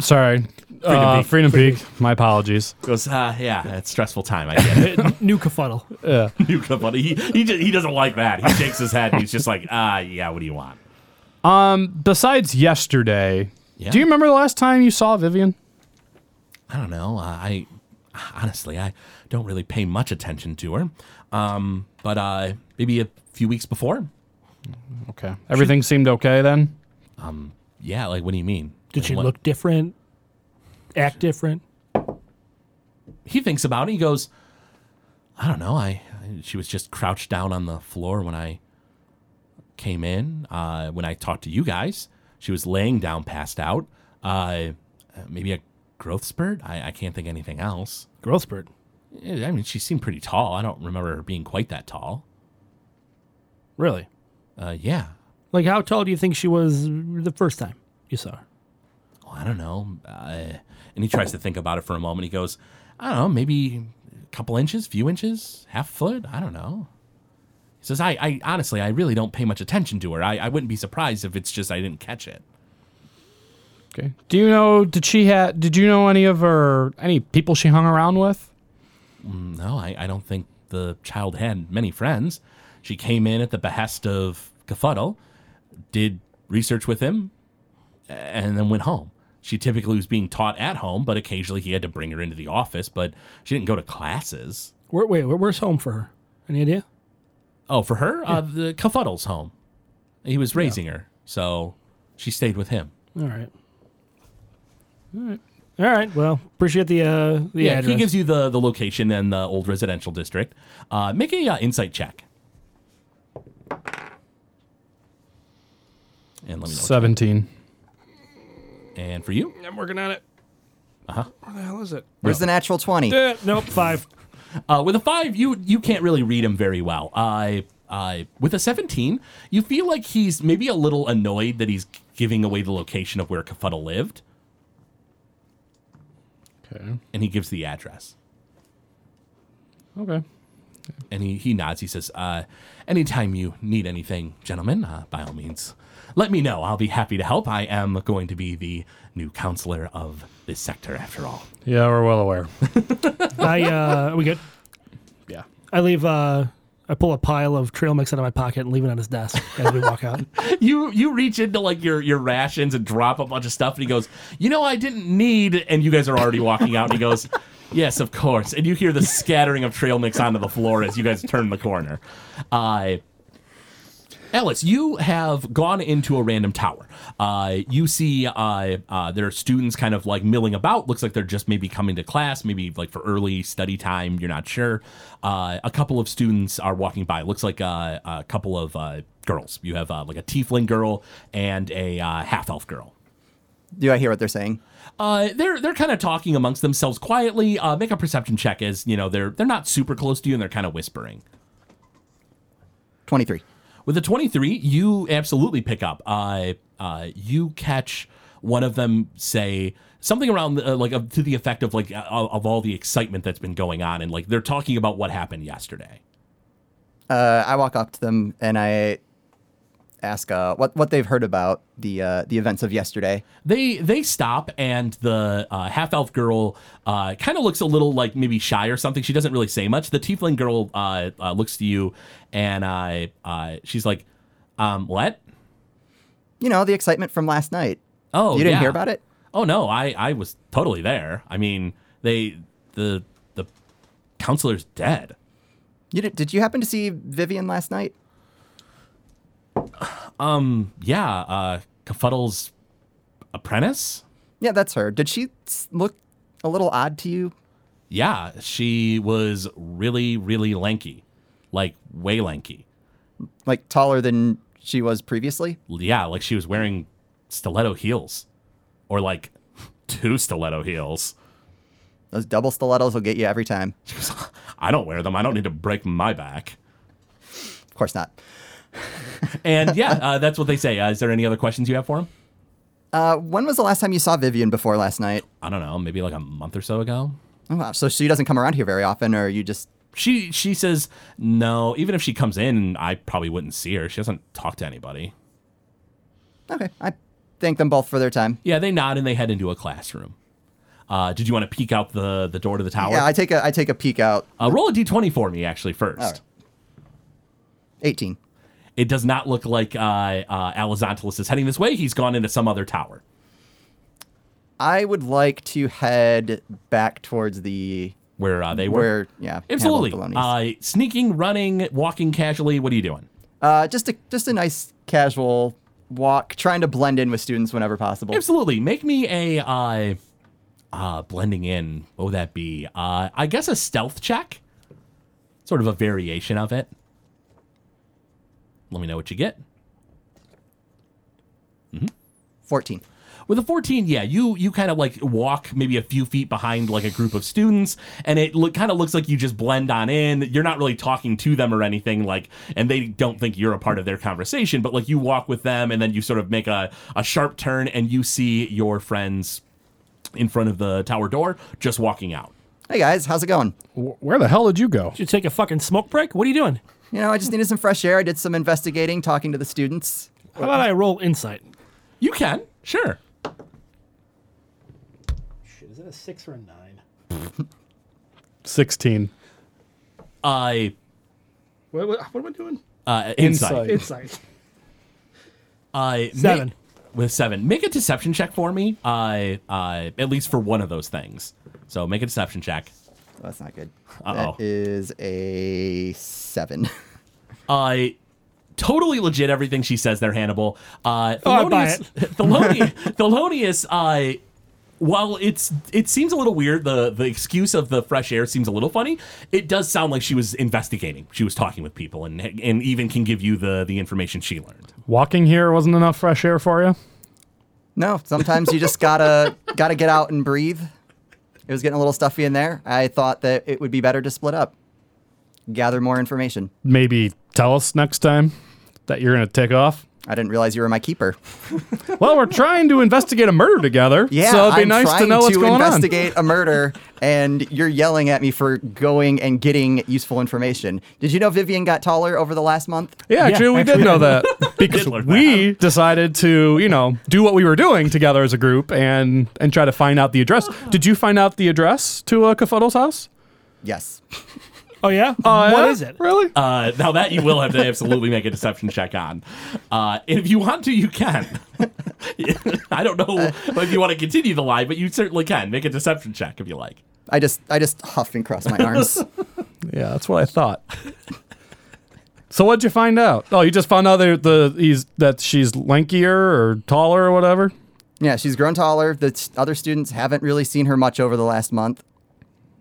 S3: sorry,
S6: Freedom
S3: Uh,
S6: Peak.
S3: Freedom Peak. My apologies.
S6: Goes, uh, yeah, it's stressful time. I get it. [LAUGHS]
S5: New Cafuddle.
S6: You come on- he, he, ju- he doesn't like that. He shakes his head. And he's just like, ah, yeah, what do you want?
S3: Besides yesterday,
S6: Yeah.
S3: do you remember the last time you saw Vivian?
S6: I don't know. Uh, I honestly, I don't really pay much attention to her. Um, but uh, maybe a few weeks before.
S3: Okay. Everything seemed okay then?
S6: Yeah, like what do you mean?
S5: Did
S6: Like,
S5: she
S6: what-
S5: look different? Act different?
S6: He thinks about it. He goes, I don't know. I, I she was just crouched down on the floor when I came in. Uh, when I talked to you guys, she was laying down, passed out. Uh, maybe a growth spurt. I, I can't think of anything else.
S5: Growth spurt.
S6: Yeah, I mean, she seemed pretty tall. I don't remember her being quite that tall.
S5: Really?
S6: Uh, yeah.
S5: Like, how tall do you think she was the first time you saw her?
S6: Well, I don't know. Uh, and he tries to think about it for a moment. He goes, I don't know, maybe a couple inches, few inches, half foot. I don't know. He says, I, I honestly, I really don't pay much attention to her. I, I wouldn't be surprised if it's just I didn't catch it.
S3: Okay. Do you know did she had did you know any of her any people she hung around with?
S6: No, I, I don't think the child had many friends. She came in at the behest of Cafuddle, did research with him, and then went home. She typically was being taught at home, but occasionally he had to bring her into the office, but she didn't go to classes.
S5: Where, wait, where- where's home for her? Any idea?
S6: Oh, for her? Uh, the Cafuddle's home. He was raising her, so she stayed with him.
S5: All right. All right. All right. Well, appreciate the uh, the
S6: Yeah,
S5: address.
S6: he gives you the, the location and the old residential district. Uh, make a uh, insight check. And let me know. what-
S3: 17.
S6: And for you?
S5: I'm working on it. Uh huh. Where the hell is it?
S4: Where's the natural 20?
S5: Eh, nope. Five.
S6: Uh, with a five, you you can't really read him very well. I I with a seventeen, you feel like he's maybe a little annoyed that he's giving away the location of where Cafuddle lived,
S3: Okay.
S6: and he gives the address.
S3: Okay.
S6: And he, he nods. He says, uh, "Anytime you need anything, gentlemen, uh, by all means, let me know. I'll be happy to help. I am going to be the new counselor of this sector, after all."
S3: Yeah, we're well aware.
S5: I uh, are we good?
S3: yeah.
S5: I leave. Uh, I pull a pile of trail mix out of my pocket and leave it on his desk as we walk [LAUGHS] out.
S6: you you reach into like your your rations and drop a bunch of stuff and he goes you know i didn't need and you guys are already walking out and he goes [LAUGHS] yes of course and you hear the scattering of trail mix onto the floor as you guys turn the corner uh Ellis, you have gone into a random tower. Uh, you see uh, uh, there are students kind of like milling about. Looks like they're just maybe coming to class, maybe like for early study time. You're not sure. Uh, a couple of students are walking by. Looks like uh, a couple of uh, girls. You have uh, like a tiefling girl and a uh, half elf girl.
S4: Do I hear what they're saying?
S6: Uh, they're they're kind of talking amongst themselves quietly. Uh, make a perception check as you know they're they're not super close to you and they're kind of whispering.
S4: 23.
S6: With a 23, you absolutely pick up. Uh, uh, you catch one of them say something around the, uh, like uh, to the effect of like uh, of of all the excitement that's been going on and like they're talking about what happened yesterday.
S4: Uh, I walk up to them and I ask uh, what what they've heard about the uh, the events of yesterday.
S6: They they stop and the uh, half elf girl uh, kind of looks a little like maybe shy or something. She doesn't really say much. The tiefling girl uh, uh, looks to you and I uh, she's like, um, "What?
S4: You know, the excitement from last night.
S6: Oh,
S4: you didn't
S6: yeah.
S4: hear about it?
S6: Oh no, I I was totally there. I mean, they the the counselor's dead.
S4: You did, did you happen to see Vivian last night?
S6: Yeah, uh Cafuddle's apprentice?
S4: Yeah, that's her. Did she s- look a little odd to you?
S6: Yeah, she was really really lanky. Like way lanky.
S4: Like taller than she was previously?
S6: Yeah, like she was wearing stiletto heels or like [LAUGHS] two stiletto heels.
S4: Those double stilettos will get you every time.
S6: I don't wear them. I don't need to break my back.
S4: Of course not.
S6: And yeah, uh, that's what they say. Uh, is there any other questions you have for him?
S4: Uh, when was the last time you saw Vivian before last night?
S6: I don't know, maybe like a month or so ago.
S4: Oh, wow. So she doesn't come around here very often, or you just.
S6: She she says no. Even if she comes in, I probably wouldn't see her. She doesn't talk to anybody.
S4: Okay. I thank them both for their time.
S6: Yeah, they nod and they head into a classroom. Uh, did you want to peek out the, the door to the tower?
S4: Yeah, I take a I take a peek out.
S6: uh, roll a d20 for me, actually, first.
S4: right. 18.
S6: It does not look like uh, uh, Alexantilus is heading this way. He's gone into some other tower.
S4: I would like to head back towards the
S6: where uh, they were.
S4: where yeah Hannibal
S6: Absolutely.
S4: Filoni's.
S6: Uh, sneaking, running, walking casually. What are you doing?
S4: Uh, just a just a nice casual walk, trying to blend in with students whenever possible.
S6: Absolutely. Make me a uh, uh, blending in. What would that be? Uh, I guess a stealth check. Sort of a variation of it. Let me know what you get.
S4: 14.
S6: With a 14, yeah, you you kind of like walk maybe a few feet behind like a group of students, and it look, kind of looks like you just blend on in. You're not really talking to them or anything, like, and they don't think you're a part of their conversation, but like you walk with them, and then you sort of make a, a sharp turn, and you see your friends in front of the tower door just walking out.
S4: Hey guys, how's it going?
S3: [LAUGHS] Wh- Where the hell did you go?
S5: Should take a fucking smoke break. What are you doing?
S4: You know, I just needed some fresh air. I did some investigating, talking to the students.
S5: How about I roll insight?
S6: You can, sure.
S5: Shit, is it a six or a nine?
S3: 16.
S6: I
S5: What, what, what am I doing?
S6: uh, insight.
S3: Insight.
S5: Insight.
S6: Uh, ma-
S5: Seven.
S6: with seven, make a deception check for me. Uh, uh, at least for one of those things. So make a deception check.
S4: Oh, that's not good.
S6: Uh-oh.
S4: That is a seven. [LAUGHS]
S6: Uh, totally legit everything she says there, Hannibal. Uh,
S5: Oh, I buy
S6: Thelonious, [LAUGHS] Thelonious, Thelonious, uh, while it's it seems a little weird, the the excuse of the fresh air seems a little funny. It does sound like she was investigating. She was talking with people, and and even can give you the the information she learned.
S3: Walking here wasn't enough fresh air for you?
S4: no, sometimes you just [LAUGHS] gotta gotta get out and breathe. It was getting a little stuffy in there. I thought that it would be better to split up, gather more information.
S3: Maybe tell us next time that you're going to take off?
S4: I didn't realize you were my keeper.
S3: Well, we're trying to investigate a murder together.
S4: Yeah,
S3: so it'd be
S4: I'm
S3: nice
S4: trying
S3: to know what's going on.
S4: investigate a murder, [LAUGHS] and you're yelling at me for going and getting useful information. Did you know Vivian got taller over the last month?
S3: Yeah, actually, we did know that because
S6: learn
S3: we decided to, you know, do what we were doing together as a group and and try to find out the address. Did you find out the address to uh, Cafutto's house?
S4: Yes.
S5: Oh yeah.
S3: Uh,
S5: what
S3: yeah?
S5: is it?
S3: Really?
S6: Uh, now that you will have to absolutely make a deception check on. Uh, and if you want to, you can. [LAUGHS] I don't know if you want to continue the lie, but you certainly can make a deception check if you like.
S4: I just I just huff and cross my [LAUGHS] arms.
S3: Yeah, that's what I thought. so what'd you find out? Oh, you just found out that the he's that she's lankier or taller or whatever.
S4: yeah, she's grown taller. The s- other students haven't really seen her much over the last month.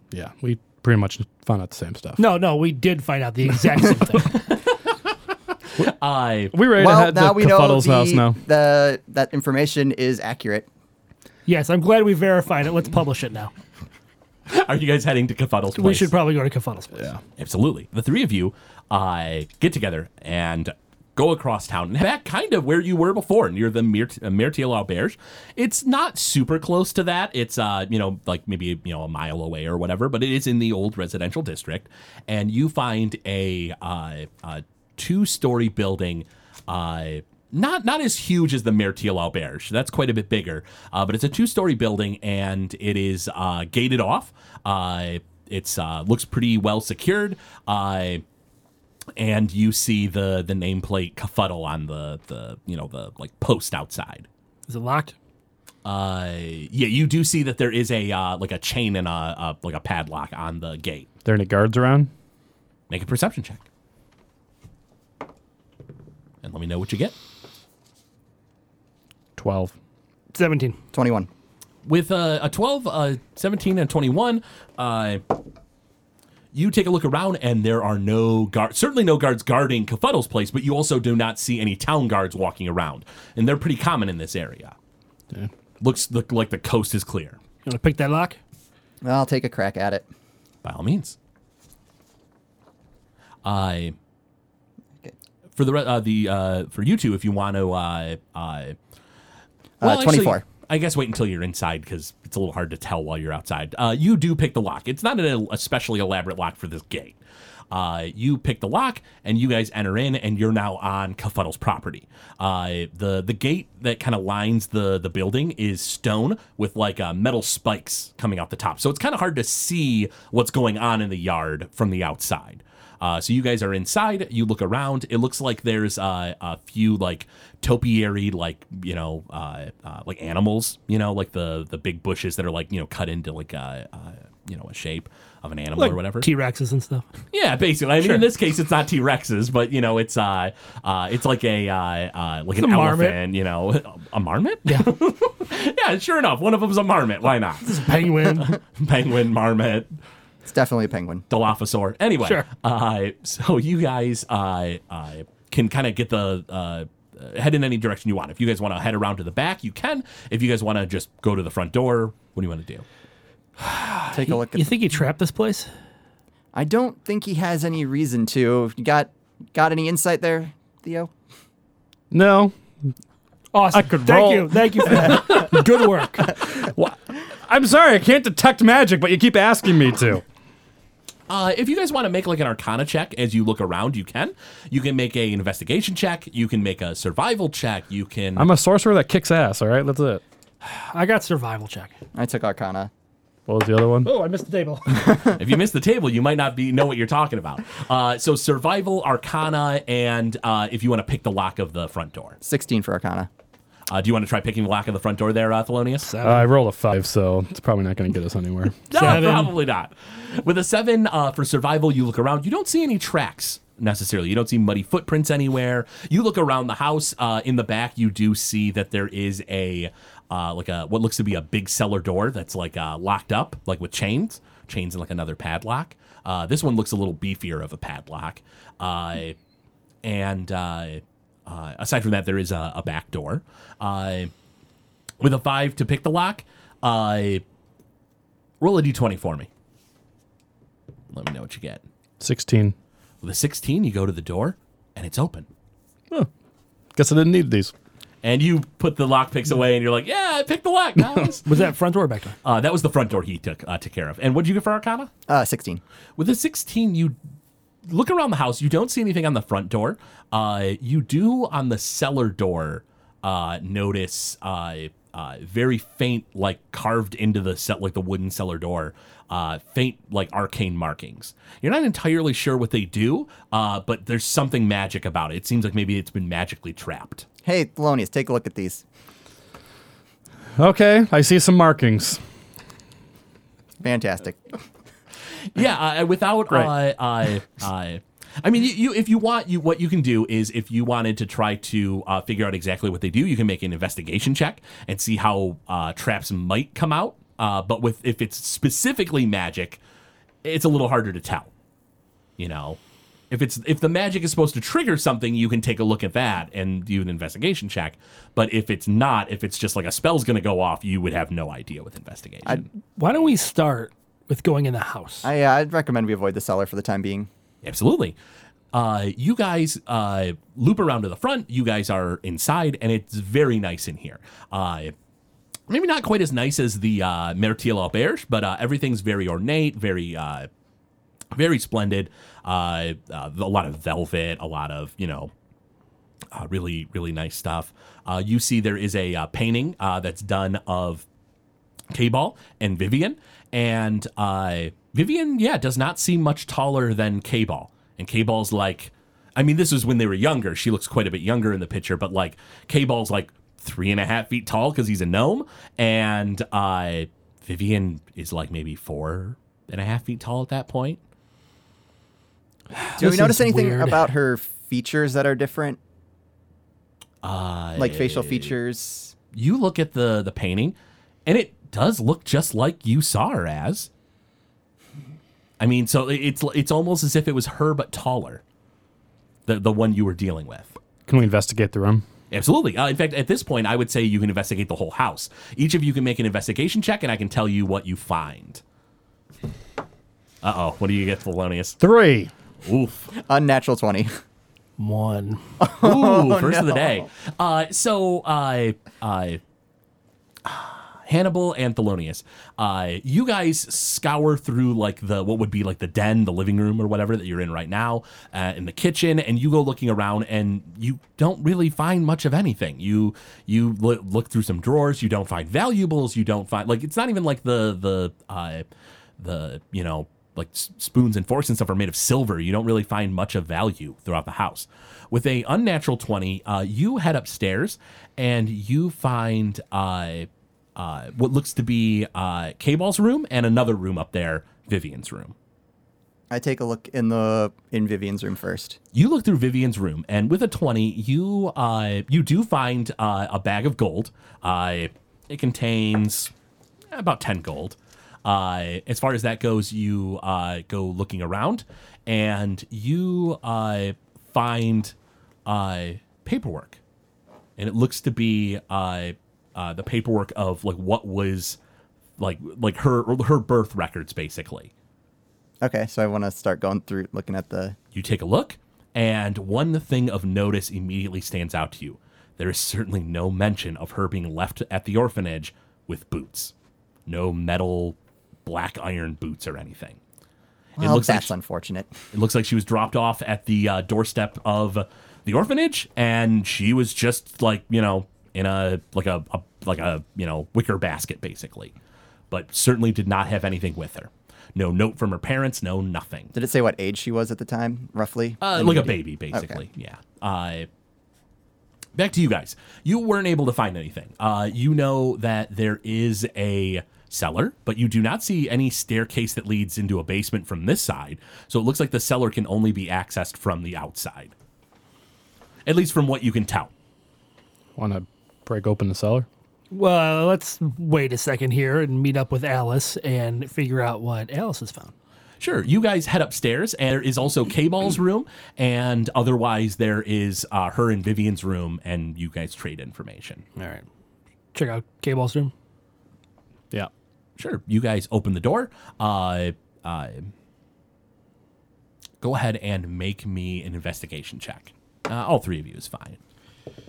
S3: Yeah, we pretty much found out the same stuff.
S5: No, no, we did find out the exact same [LAUGHS] thing.
S6: I
S3: we ready to
S4: well,
S3: head to
S4: now we know
S3: Cafutto's
S4: the,
S3: house now.
S4: the that information is accurate.
S5: yes, I'm glad we verified it. Let's publish it now.
S6: are you guys heading to Cafutto's place?
S5: We should probably go to Confuddle's place.
S6: absolutely. The three of you uh, get together and go across town [LAUGHS] and back kind of where you were before near the Mirt- uh, Myrtil Auberge. It's not super close to that. It's uh, you know, like maybe you know a mile away or whatever, but it is in the old residential district. And you find a, uh, a two-story building. Uh, not not as huge as the Mertil Auberge. That's quite a bit bigger, uh, but it's a two-story building and it is uh, gated off. Uh, it's uh, looks pretty well secured. Uh, and you see the the nameplate Cafuddle on the the you know the like post outside.
S5: Is it locked?
S6: Uh, yeah, you do see that there is a uh, like a chain and a, a like a padlock on the gate.
S3: There any guards around?
S6: Make a perception check, and let me know what you get.
S3: Twelve.
S5: Seventeen.
S4: Twenty one.
S6: with a, a 12, a 17, and 21, uh, you take a look around and there are no guards, certainly no guards guarding Cafuddle's place, but you also do not see any town guards walking around. And they're pretty common in this area. Looks look like the coast is clear,
S5: You want to pick that lock?
S4: I'll take a crack at it.
S6: by all means. I.
S4: Okay.
S6: For the re- uh, the uh, for you two, if you want to, uh, uh,
S4: Uh,
S6: well, actually,
S4: 24.
S6: I guess wait until you're inside because it's a little hard to tell while you're outside. Uh, you do pick the lock. It's not an el- especially elaborate lock for this gate. Uh, you pick the lock, and you guys enter in, and you're now on Kafuddle's property. Uh, the the gate that kind of lines the the building is stone with like uh, metal spikes coming out the top, so it's kind of hard to see what's going on in the yard from the outside. Uh, so you guys are inside. You look around. It looks like there's uh, a few like topiary, like you know, uh, uh, like animals. You know, like the the big bushes that are like you know cut into like a uh, you know a shape of an animal or whatever.
S5: T Rexes and stuff.
S6: yeah, basically. I mean, in this case, it's not T Rexes, but you know, it's uh, uh, it's like a uh, uh, like an
S5: a marmot.
S6: elephant. You know, [LAUGHS] a marmot. Yeah, yeah. Sure enough, one of them's a marmot.
S5: [LAUGHS]
S6: Why not? [LAUGHS]
S5: Penguin.
S6: Penguin, marmot.
S4: It's definitely a penguin.
S6: Dilophosaur. Anyway,
S5: Sure.
S6: uh, so you guys uh, uh, can kind of get the uh, uh, head in any direction you want. If you guys want to head around to the back, you can. If you guys want to just go to the front door, what do you want to do?
S4: Take a
S3: Uh,
S4: look. At
S5: you think he trapped this place?
S4: I don't think he has any reason to. You got got any insight there, Theo?
S3: No,
S5: Awesome.
S3: I could
S5: Thank
S3: roll.
S5: you. Thank you for that. [LAUGHS] Good work.
S3: I'm sorry, I can't detect magic, but you keep asking me to.
S6: Uh, if you guys want to make like an Arcana check as you look around, you can. You can make a investigation check. You can make a survival check. You can.
S3: I'm a sorcerer that kicks ass. All right, that's it.
S5: [LAUGHS] I got survival check.
S4: I took Arcana.
S3: What was the other one?
S5: Oh, I missed the table.
S6: if you miss the table, you might not be know what you're talking about. Uh, so survival, Arcana, and uh, if you want to pick the lock of the front door.
S4: 16 for Arcana.
S6: Uh, do you want to try picking the lock of the front door there, uh, Thelonious?
S3: Uh, I rolled a five, so it's probably not going to get us anywhere.
S6: No,
S5: Seven.
S6: probably not. With a seven uh, for survival, you look around. You don't see any tracks necessarily. You don't see muddy footprints anywhere. You look around the house. Uh, in the back, you do see that there is a uh, like a what looks to be a big cellar door that's like uh, locked up, like with chains, chains and like another padlock. Uh, this one looks a little beefier of a padlock. Uh, and uh, uh, aside from that, there is a, a back door. Uh, with a five to pick the lock, uh, roll a d20 for me. Let me know what you get.
S3: [LAUGHS] Sixteen.
S6: With a 16, you go to the door and it's open.
S3: Guess I didn't need these.
S6: And you put the lock picks away and you're like, yeah, I picked the lock, guys.
S5: [LAUGHS] Was that front door or back door?
S6: uh, that was the front door he took, uh, took care of. And what did you get for Arcana?
S4: Uh, 16.
S6: With a 16, you look around the house. You don't see anything on the front door. Uh, you do on the cellar door uh, notice uh, uh, very faint, like carved into the set, like the wooden cellar door, uh, faint, like arcane markings. You're not entirely sure what they do, uh, but there's something magic about it. It seems like maybe it's been magically trapped.
S4: Hey, Thelonious, take a look at these.
S3: Okay, I see some markings.
S4: Fantastic.
S6: [LAUGHS] yeah, uh, without
S3: Right.
S6: uh, uh, uh, I mean, you, you if you want, you what you can do is if you wanted to try to uh, figure out exactly what they do, you can make an investigation check and see how uh, traps might come out. Uh, but with if it's specifically magic, it's a little harder to tell. You know, if it's if the magic is supposed to trigger something, you can take a look at that and do an investigation check. But if it's not, if it's just like a spell's going to go off, you would have no idea with investigation.
S5: Why don't we start with going in the house?
S4: I, uh, I'd recommend we avoid the cellar for the time being.
S6: Absolutely. Uh, you guys uh, loop around to the front. You guys are inside, and it's very nice in here. Uh, maybe not quite as nice as the uh, Mertil Auberge, but uh, everything's very ornate, very uh, very splendid. Uh, uh, a lot of velvet, a lot of you know, uh, really really nice stuff. Uh, you see, there is a uh, painting uh, that's done of K-Ball and Vivian. And uh, Vivian, yeah, does not seem much taller than K-Ball. And K-Ball's like, I mean, this is when they were younger. She looks quite a bit younger in the picture, but like K-Ball's like three and a half feet tall because he's a gnome. And uh, Vivian is like maybe four and a half feet tall at that point.
S4: Do
S5: This
S4: we notice
S5: is
S4: anything
S5: weird.
S4: about her features that are different?
S6: Uh,
S4: Like facial features?
S6: you look at the the painting and it does look just like you saw her as i mean so it- it's it's almost as if it was her but taller the the one you were dealing with
S3: Can we investigate the room?
S6: absolutely uh, in fact at this point i would say you can investigate the whole house each of you can make an investigation check and i can tell you what you find uh-oh what do you get thelonious
S3: Three.
S6: oof
S4: [LAUGHS] Unnatural 20.
S5: One.
S6: Ooh, first of the day. Uh, so I, I, Hannibal and Thelonious, uh, you guys scour through like the what would be like the den, the living room, or whatever that you're in right now, uh, in the kitchen, and you go looking around, and you don't really find much of anything. You you lo- look through some drawers, you don't find valuables, you don't find like it's not even like the the uh, the you know like s- spoons and forks and stuff are made of silver. You don't really find much of value throughout the house. With a unnatural twenty, uh, you head upstairs and you find uh, uh, what looks to be uh, K-Ball's room and another room up there, Vivian's room.
S4: I take a look in the in Vivian's room first.
S6: You look through Vivian's room, and with a twenty, you uh, you do find uh, a bag of gold. Uh, it contains about ten gold. Uh, as far as that goes, you uh, go looking around, and you uh, find uh, paperwork, and it looks to be uh, uh, the paperwork of like what was like like her her birth records basically.
S4: Okay, so I want to start going through looking at the.
S6: You take a look, and one thing of notice immediately stands out to you. There is certainly no mention of her being left at the orphanage with boots. No metal, black iron boots or anything.
S4: Well,
S6: looks like
S4: oh, that's
S6: she-
S4: unfortunate.
S6: It looks like she was dropped off at the uh, doorstep of the orphanage, and she was just like you know in a like a, a like a you know wicker basket basically, but certainly did not have anything with her. No note from her parents. No nothing.
S4: Did it say what age she was at the time, roughly?
S6: Uh, like a baby, basically. Yeah. Uh, back to you guys. You weren't able to find anything. Uh, you know that there is a cellar, but you do not see any staircase that leads into a basement from this side. So it looks like the cellar can only be accessed from the outside, at least from what you can tell.
S3: Want to break open the cellar?
S5: Well, let's wait a second here and meet up with Alice and figure out what Alice has found.
S6: Sure. You guys head upstairs, and there is also K-Ball's room, and otherwise there is uh, her and Vivian's room, and you guys trade information.
S5: All right. Check out K-Ball's room.
S3: Yeah.
S6: sure you guys open the door uh, uh go ahead and make me an investigation check uh, all three of you is fine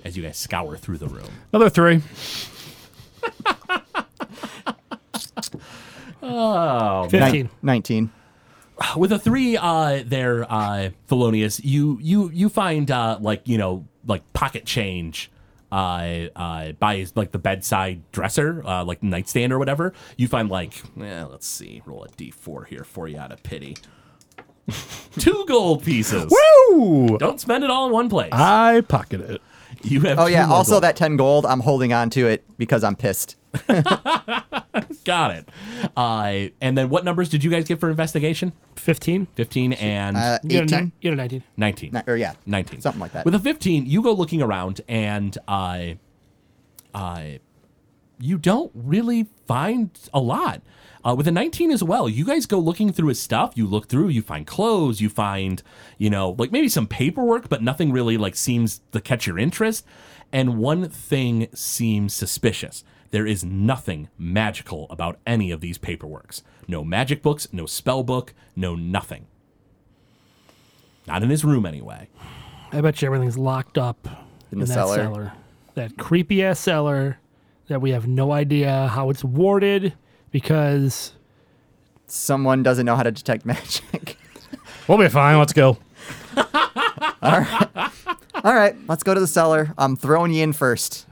S6: as you guys scour through the room
S3: Another three.
S4: Nin-
S5: 15.
S4: Nineteen.
S6: with a three uh there uh Thelonious, you you you find uh like you know like pocket change uh uh by his like the bedside dresser uh like nightstand or whatever you find like eh, let's see roll a d4 here for you out of pity [LAUGHS] two gold pieces
S3: Woo!
S6: Don't spend it all in one place.
S3: I pocket it.
S6: you have.
S4: Ah. Oh yeah.
S6: two more
S4: Also,
S6: gold.
S4: that ten gold, I'm holding on to it because I'm pissed.
S6: got it. Uh, and then what numbers did you guys get for investigation?
S5: 15?
S6: Fifteen and
S4: Uh,
S5: You got, a
S4: Eighteen.
S5: ni- you got a 19.
S6: nineteen.
S4: Ni- or yeah.
S6: 19
S4: Something like that.
S6: with a 15 you go looking around and i i you don't really find a lot uh, with a 19 as well you guys go looking through his stuff you look through you find clothes you find you know like maybe some paperwork but nothing really like seems to catch your interest and one thing seems suspicious there is nothing magical about any of these paperworks no magic books no spell book no nothing not in his room anyway
S5: I bet you everything's locked up in,
S4: the
S5: that
S4: cellar.
S5: cellar. That creepy ass cellar that we have no idea how it's warded because
S4: Someone doesn't know how to detect [LAUGHS] magic.
S3: We'll be fine. Let's go.
S4: All right, let's go to the cellar. I'm throwing you in first.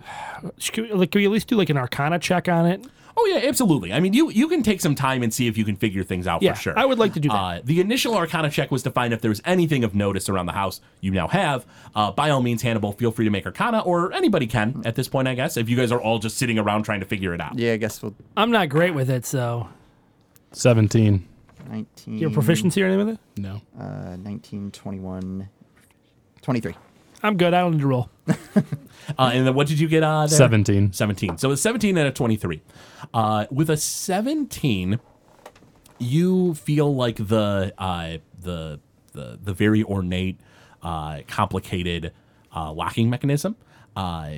S5: Sh- Can we, like, can we at least do like an arcana check on it?
S6: Oh yeah, absolutely. I mean, you you can take some time and see if you can figure things out
S5: Yeah,
S6: for sure.
S5: I would like to do that.
S6: Uh, the initial Arcana check was to find if there was anything of notice around the house you now have. Uh, by all means, Hannibal, feel free to make Arcana, or anybody can at this point, I guess. If you guys are all just sitting around trying to figure it out,
S4: Yeah, I guess we'll.
S5: I'm not great with it, so
S3: 17.
S4: 19.
S5: your proficiency or anything with it?
S3: No.
S4: Uh, 19, 21, 23.
S5: I'm good. I don't need to roll.
S6: uh, and then what did you get? Uh, there?
S3: 17.
S6: 17. So it's 17 out of 23. Uh, with a 17, you feel like the uh, the the the very ornate, uh, complicated uh, locking mechanism uh,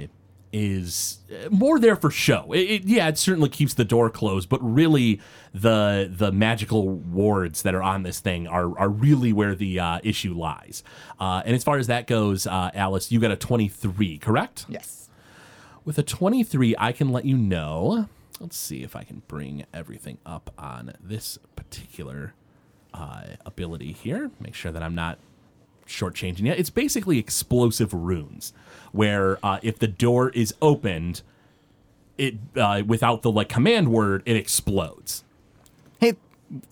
S6: is uh, more there for show. It, it, yeah, it certainly keeps the door closed, but really the the magical wards that are on this thing are are really where the uh, issue lies. Uh, and as far as that goes, uh, Alice, you got a 23, correct?
S4: Yes.
S6: With a 23, I can let you know. Let's see if I can bring everything up on this particular uh, ability here. Make sure that I'm not shortchanging it. It's basically explosive runes, where uh, if the door is opened, it uh, without the like command word, it explodes.
S4: Hey,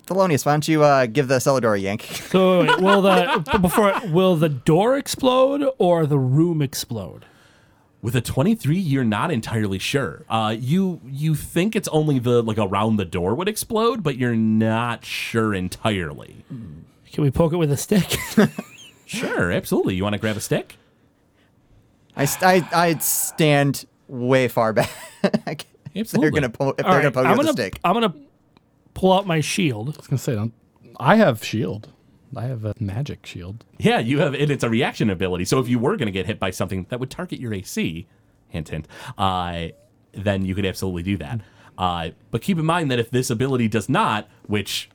S4: Thelonious, why don't you uh, give the Celador a yank? [LAUGHS]
S5: So wait, will the [LAUGHS] before will the door explode or the room explode?
S6: With a 23, you're not entirely sure. Uh, you you think it's only the like around the door would explode, but you're not sure entirely.
S5: Can we poke it with a [LAUGHS] stick?
S6: Sure, absolutely. You want to grab a stick?
S4: I, st- I, I stand way far back. [LAUGHS] I can't- if
S6: Absolutely.
S4: they're gonna po- if they're
S5: All right,
S4: gonna poke you
S5: I'm
S4: with
S5: gonna
S4: a stick.
S5: I'm gonna pull out my shield.
S3: I was gonna say, i I have shield. I have a magic shield.
S6: Yeah, you have, and it's a reaction ability. So if you were going to get hit by something that would target your AC, hint, hint, uh, then you could absolutely do that. Uh, but keep in mind that if this ability does not, which,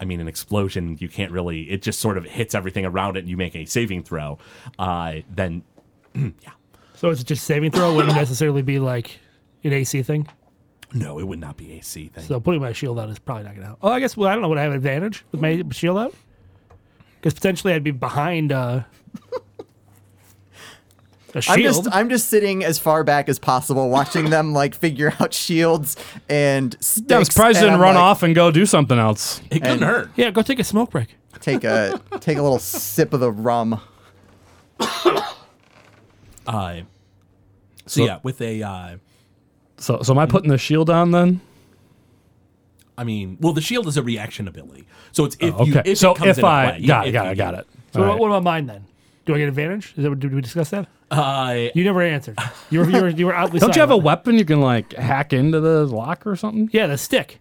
S6: I mean, an explosion, you can't really, it just sort of hits everything around it and you make a saving throw, uh, then
S5: So it's just saving throw. Wouldn't necessarily be like an AC thing.
S6: no, it would not be AC. Thing.
S5: So putting my shield out is probably not gonna help. Oh, I guess. Well, I don't know. Would I have advantage with my shield out? Because potentially I'd be behind uh, [LAUGHS] a shield.
S4: I'm just I'm just sitting as far back as possible, watching them like figure out shields and sticks.
S3: Yeah, I'm surprised you
S4: and
S3: didn't
S4: I'm
S3: run
S4: like,
S3: off and go do something else.
S6: it couldn't hurt.
S5: yeah, go take a smoke break.
S4: Take a take a little sip of the rum.
S6: Uh, so,
S3: So-
S6: yeah, with a, uh,
S3: So, so am I putting the shield on then?
S6: I mean, well, the shield is a reaction ability. So it's if you,
S3: Oh, Okay.
S6: if
S3: so
S6: it comes
S3: if
S6: into
S3: I
S6: play. Yeah,
S3: got it,
S6: if
S3: got
S6: you
S3: it,
S6: do.
S3: got it.
S5: So
S3: All
S5: what,
S3: right.
S5: what about mine then? Do I get advantage? Is that what, did we discuss that?
S6: Uh,
S5: You never answered. You were you were, you were oddly.
S3: Don't you have a
S5: silent.
S3: weapon you can like hack into the lock or something?
S5: Yeah, the stick.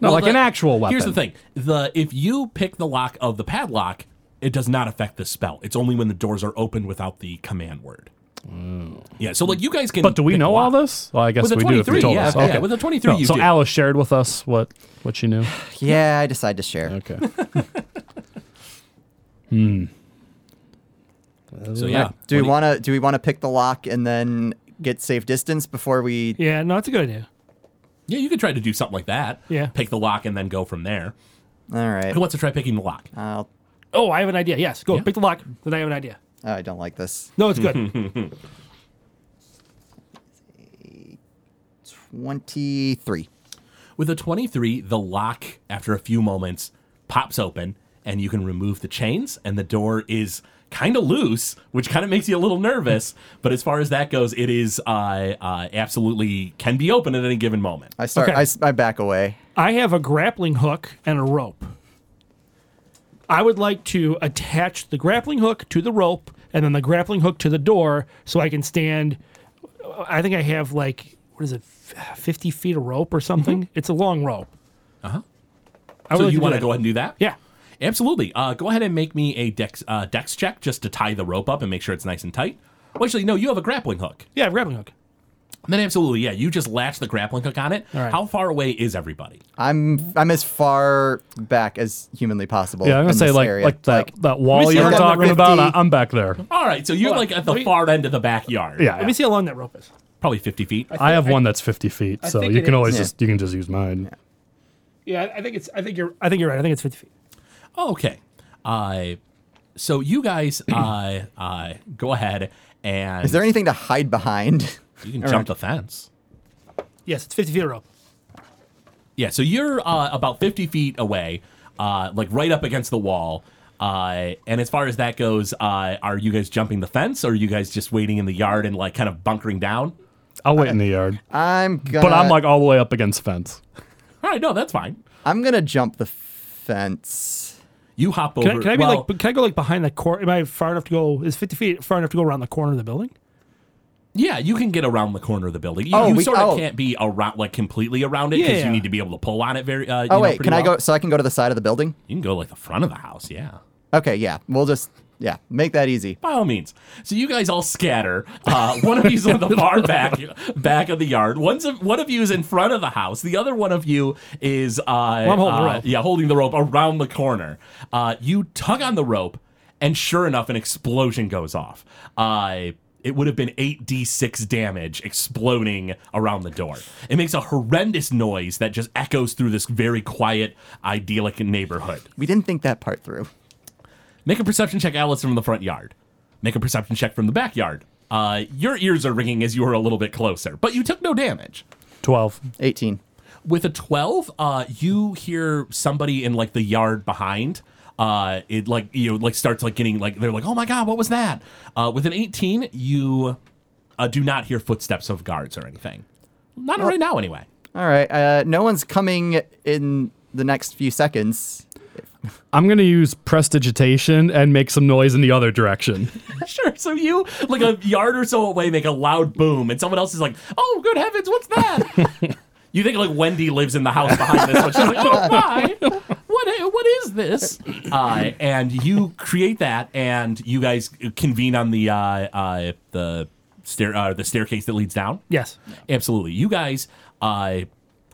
S3: No,
S6: Well,
S3: like
S6: the-
S3: an actual weapon.
S6: Here's the thing: the if you pick the lock of the padlock, it does not affect the spell. It's only when the doors are opened without the command word. Yeah, so like you guys can.
S3: Mm. But do we
S6: pick
S3: know
S6: the
S3: all
S6: lock.
S3: this? Well, I guess
S6: With a
S3: we do if you
S6: 23,
S3: told
S6: yeah,
S3: us.
S6: yeah,
S3: Okay.
S6: with a 23 you
S3: so
S6: do.
S3: Alice shared with us what what she knew.
S4: Yeah, I decide to share.
S3: Okay. hmm.
S6: So yeah,
S4: Do we
S6: What
S4: want to do we want to pick the lock and then get safe distance before we?
S5: Yeah, no, that's a good idea.
S6: you- Yeah, you could try to do something like that.
S5: Yeah.
S6: pick the lock and then go from there.
S4: All right.
S6: Who wants to try picking the lock?
S4: I'll,
S5: Oh, I have an idea. Yes, go
S6: Yeah.
S5: pick the lock. Then I have an idea.
S4: oh, I don't like this.
S5: No,
S3: [LAUGHS]
S5: it's good.
S4: Twenty three.
S6: With a 23, the lock, after a few moments, pops open and you can remove the chains, and the door is kind of loose, which kind of makes you a
S5: [LAUGHS]
S6: little nervous. But as far as that goes, it is uh, uh, absolutely can be open at any given moment.
S4: I start.
S5: Okay.
S4: I s I I back away.
S5: I have a grappling hook and a rope. I would like to attach the grappling hook to the rope and then the grappling hook to the door so I can stand. I think I have like, what is it, f- 50 feet of rope or something?
S3: Mm-hmm.
S5: It's a long rope.
S3: Uh-huh.
S5: Uh huh.
S6: So you want to go ahead and do that?
S5: Yeah.
S6: Absolutely. Uh, go ahead and make me a dex, uh, dex check just to tie the rope up and make sure it's nice and tight. Well, actually, no, you have a grappling hook.
S5: Yeah, I have a grappling hook.
S6: Then, absolutely, yeah, you just latch the grappling hook on it.
S5: All right.
S6: How far away is everybody?
S4: I'm I'm as far back as humanly possible.
S3: Yeah, I'm gonna
S4: in
S3: say
S4: this
S3: like
S4: area.
S3: like that that wall
S6: me
S3: you
S6: see
S3: were
S6: that
S3: talking
S4: number
S3: about. I,
S4: 50.
S3: I'm back there.
S6: All right, so you're
S5: Hold on.
S6: like at the
S5: Let me-
S6: far end of the backyard.
S3: Yeah,
S5: Let me see how long that rope is.
S6: Probably 50 feet.
S3: I have one that's 50 feet, so
S5: think
S3: you
S5: it
S3: can
S5: is.
S3: always
S4: Yeah.
S3: just you can just use mine.
S5: Yeah, I think it's. I think you're. I think you're right. I think it's 50 feet.
S6: Okay. Uh, so you guys uh, [CLEARS THROAT] uh, go ahead and
S4: Is there anything to hide behind? [LAUGHS]
S6: you can jump the fence.
S5: Yes, it's 50 feet of rope.
S6: Yeah, so you're uh, about 50 feet away, uh, like right up against the wall. Uh, and as far as that goes, uh, are you guys jumping the fence or are you guys just waiting in the yard and like kind of bunkering down?
S3: I'll wait in the yard,
S4: I'm gonna.
S3: but I'm like all the way up against fence.
S6: All right, no, that's fine.
S4: I'm gonna jump the fence.
S6: You hop over.
S5: Can I, can I be
S6: well,
S5: like? Can I go like behind the corner? Am I far enough to go? Is 50 feet far enough to go around the corner of the building?
S6: Yeah, you can get around the corner of the building. You,
S4: Oh,
S6: you
S4: we-
S6: sort of
S4: oh.
S6: can't be around like completely around it because
S5: Yeah.
S6: you need to be able to pull on it very. Uh, you
S4: Oh
S6: know,
S4: wait,
S6: pretty
S4: can I
S6: well.
S4: go? So I can go to the side of the building?
S6: You can go like the front of the house. Yeah.
S4: Okay, yeah. We'll just yeah make that easy.
S6: by all means. So you guys all scatter. Uh, one of you's on the
S5: [LAUGHS]
S6: far back back of the yard. One's one of you is in front of the house. The other one of you is uh,
S5: I'm holding the
S6: uh,
S5: rope.
S6: yeah holding the rope around the corner. Uh, you tug on the rope, and sure enough, an explosion goes off. Uh, it would have been 8d6 damage exploding around the door. It makes a horrendous noise that just echoes through this very quiet, idyllic neighborhood.
S4: We didn't think that part through.
S6: Make a perception check, Alice, from the front yard. Make a perception check from the backyard. Uh, your ears are ringing as you are a little bit closer, but you took no damage.
S3: 12.
S4: 18.
S6: With a 12, uh, you hear somebody in like the yard behind. Uh, it like you know, like starts like getting like they're like, oh my god, what was that? Uh, with an 18, you uh, do not hear footsteps of guards or anything. Not right now, anyway.
S4: All right. Uh, no one's coming in the next few seconds.
S3: I'm going to use prestidigitation and make some noise in the other direction.
S6: Sure. So you, like a yard or so away, make a loud boom, and someone else is like, "Oh, good heavens, what's that?" you think like Wendy lives in the house behind this one. She's like, "Oh my, what? i- What is this?" Uh, and you create that, and you guys convene on the uh, uh, the stair uh, the staircase that leads down.
S5: Yes.
S6: Absolutely. You guys uh,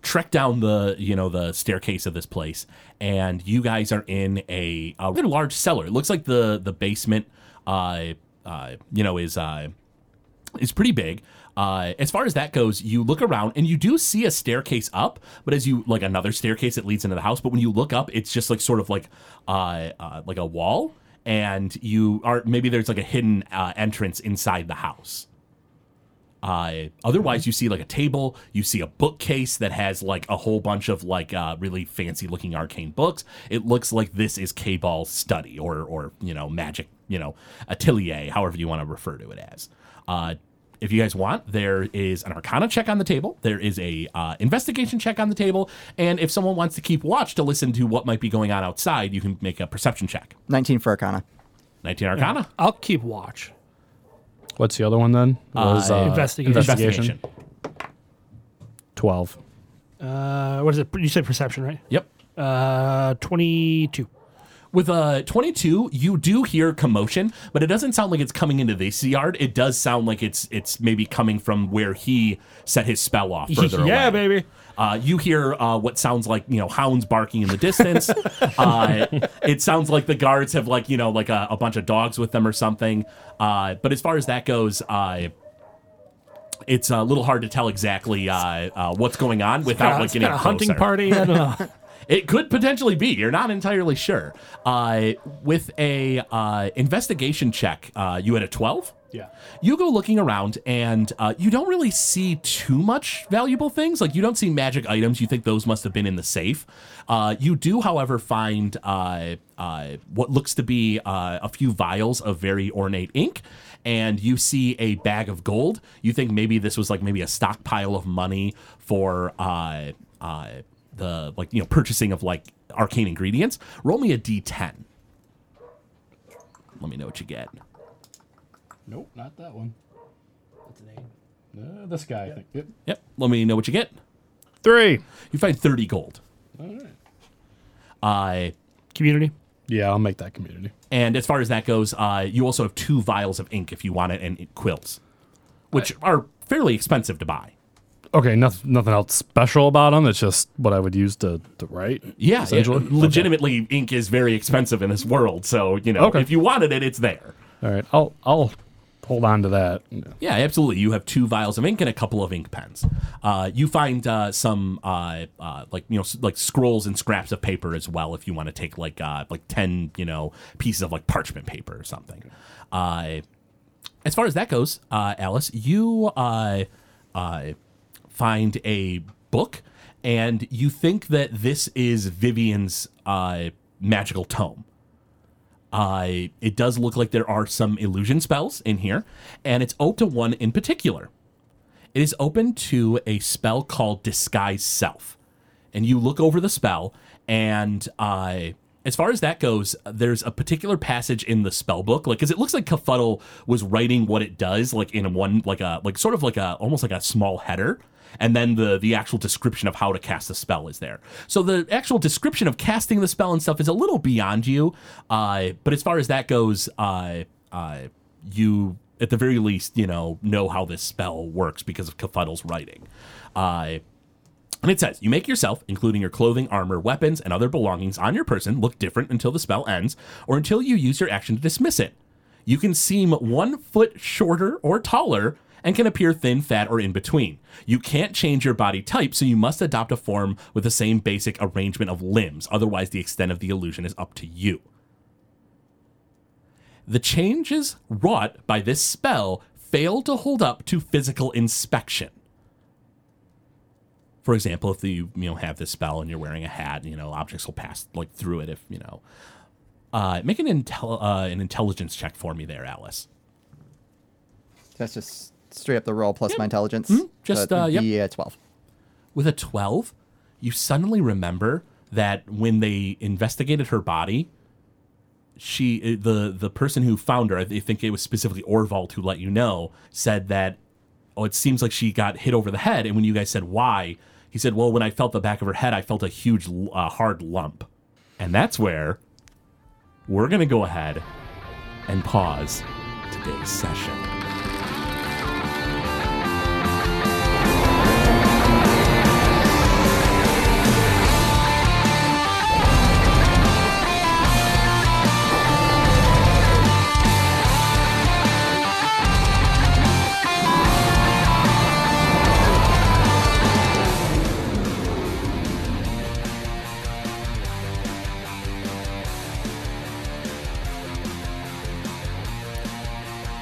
S6: trek down the you know the staircase of this place, and you guys are in a, a rather large cellar. It looks like the the basement, uh, uh, you know, is uh, is pretty big. Uh, as far as that goes, you look around and you do see a staircase up, but as you like another staircase that leads into the house. But when you look up, it's just like sort of like uh, uh, like a wall, and you are maybe there's like a hidden uh, entrance inside the house. Uh, otherwise, you see like a table, you see a bookcase that has like a whole bunch of like uh, really fancy looking arcane books. It looks like this is K Ball's study or, or, you know, magic, you know, atelier, however you want to refer to it as. Uh, if you guys want, there is an arcana check on the table, there is a uh, investigation check on the table, and if someone wants to keep watch to listen to what might be going on outside, you can make a perception check.
S4: 19 for Arcana.
S6: 19 arcana.
S5: I'll keep watch.
S3: What's the other one then? Was, uh,
S5: investigation.
S6: Investigation.
S3: 12.
S5: Uh, what is it? You said perception, right?
S6: Yep.
S5: Uh, 22.
S6: With a 22, you do hear commotion, but it doesn't sound like it's coming into this yard. It does sound like it's it's maybe coming from where he set his spell off further
S5: [LAUGHS]
S6: away.
S5: yeah, baby.
S6: Uh, you hear uh, what sounds like you know hounds barking in
S5: [LAUGHS]
S6: the distance. uh, it sounds like the guards have like you know like a, a bunch of dogs with them or something. Uh, but as far as that goes, uh, it's a little hard to tell exactly uh, uh, what's going on without
S5: Uh,
S6: like
S5: it's
S6: getting
S5: kinda a hunting
S6: closer.
S5: party. I don't
S6: [LAUGHS]
S5: know.
S6: It could potentially be. You're not entirely sure. Uh, with a uh, investigation check, uh, you had a twelve.
S5: yeah.
S6: You go looking around, and uh, you don't really see too much valuable things. Like you don't see magic items. You think those must have been in the safe. Uh, you do, however, find uh, uh, what looks to be uh, a few vials of very ornate ink, and you see a bag of gold. You think maybe this was like maybe a stockpile of money for uh, uh, the like you know purchasing of like arcane ingredients. Roll me a d10. Let me know what you get.
S3: Nope, not that one. Uh, this guy, I think.
S6: Yep. Let me know what you get.
S3: Three.
S6: You find 30 gold. Uh,
S5: Community.
S3: Yeah, I'll make that community.
S6: and as far as that goes, uh, you also have two vials of ink if you want it and it quills, which are fairly expensive to buy.
S3: Okay, nothing, nothing else special about them. It's just what I would use to, to write.
S6: Yeah, it-
S3: essentially.
S6: legitimately, ink is very expensive in this world. So, you know,
S3: Okay.
S6: if you wanted it, it's there.
S3: Okay. All right, I'll I'll hold on to that.
S6: Yeah, absolutely. You have two vials of ink and a couple of ink pens. Uh, you find uh, some uh, uh, like you know s- like scrolls and scraps of paper as well if you want to take like uh, like ten you know pieces of like parchment paper or something. Uh, as far as that goes, uh, Alice, you uh, uh, find a book and you think that this is Vivian's uh, magical tome. Uh, it does look like there are some illusion spells in here, and it's open to one in particular. It is open to a spell called Disguise Self. And you look over the spell, and uh, as far as that goes, there's a particular passage in the spell book, like because it looks like Kefuddle was writing what it does, like in one, like a, like sort of like a, almost like a small header, and then the the actual description of how to cast the spell is there. So the actual description of casting the spell and stuff is a little beyond you, uh, but as far as that goes, uh, uh, you at the very least, you know, know how this spell works because of Kefuddle's writing. Uh, and it says, you make yourself, including your clothing, armor, weapons, and other belongings on your person, look different until the spell ends, or until you use your action to dismiss it. You can seem one foot shorter or taller and can appear thin, fat, or in between. You can't change your body type, so you must adopt a form with the same basic arrangement of limbs. Otherwise, the extent of the illusion is up to you. The changes wrought by this spell fail to hold up to physical inspection. For example, if you you know have this spell and you're wearing a hat, you know objects will pass like through it. If you know, uh, make an intel uh, an intelligence check for me there, Alice.
S4: That's just straight up the roll plus my intelligence.
S3: Mm-hmm.
S6: Just,
S4: So,
S6: uh, yep.
S4: yeah, twelve.
S6: with a 12, you suddenly remember that when they investigated her body, she eh, the the person who found her, I think it was specifically Orvald who let you know, said that oh, it seems like she got hit over the head and when you guys said why, he said, "Well, when I felt the back of her head, I felt a huge l- uh, hard lump." And that's where we're going to go ahead and pause today's session.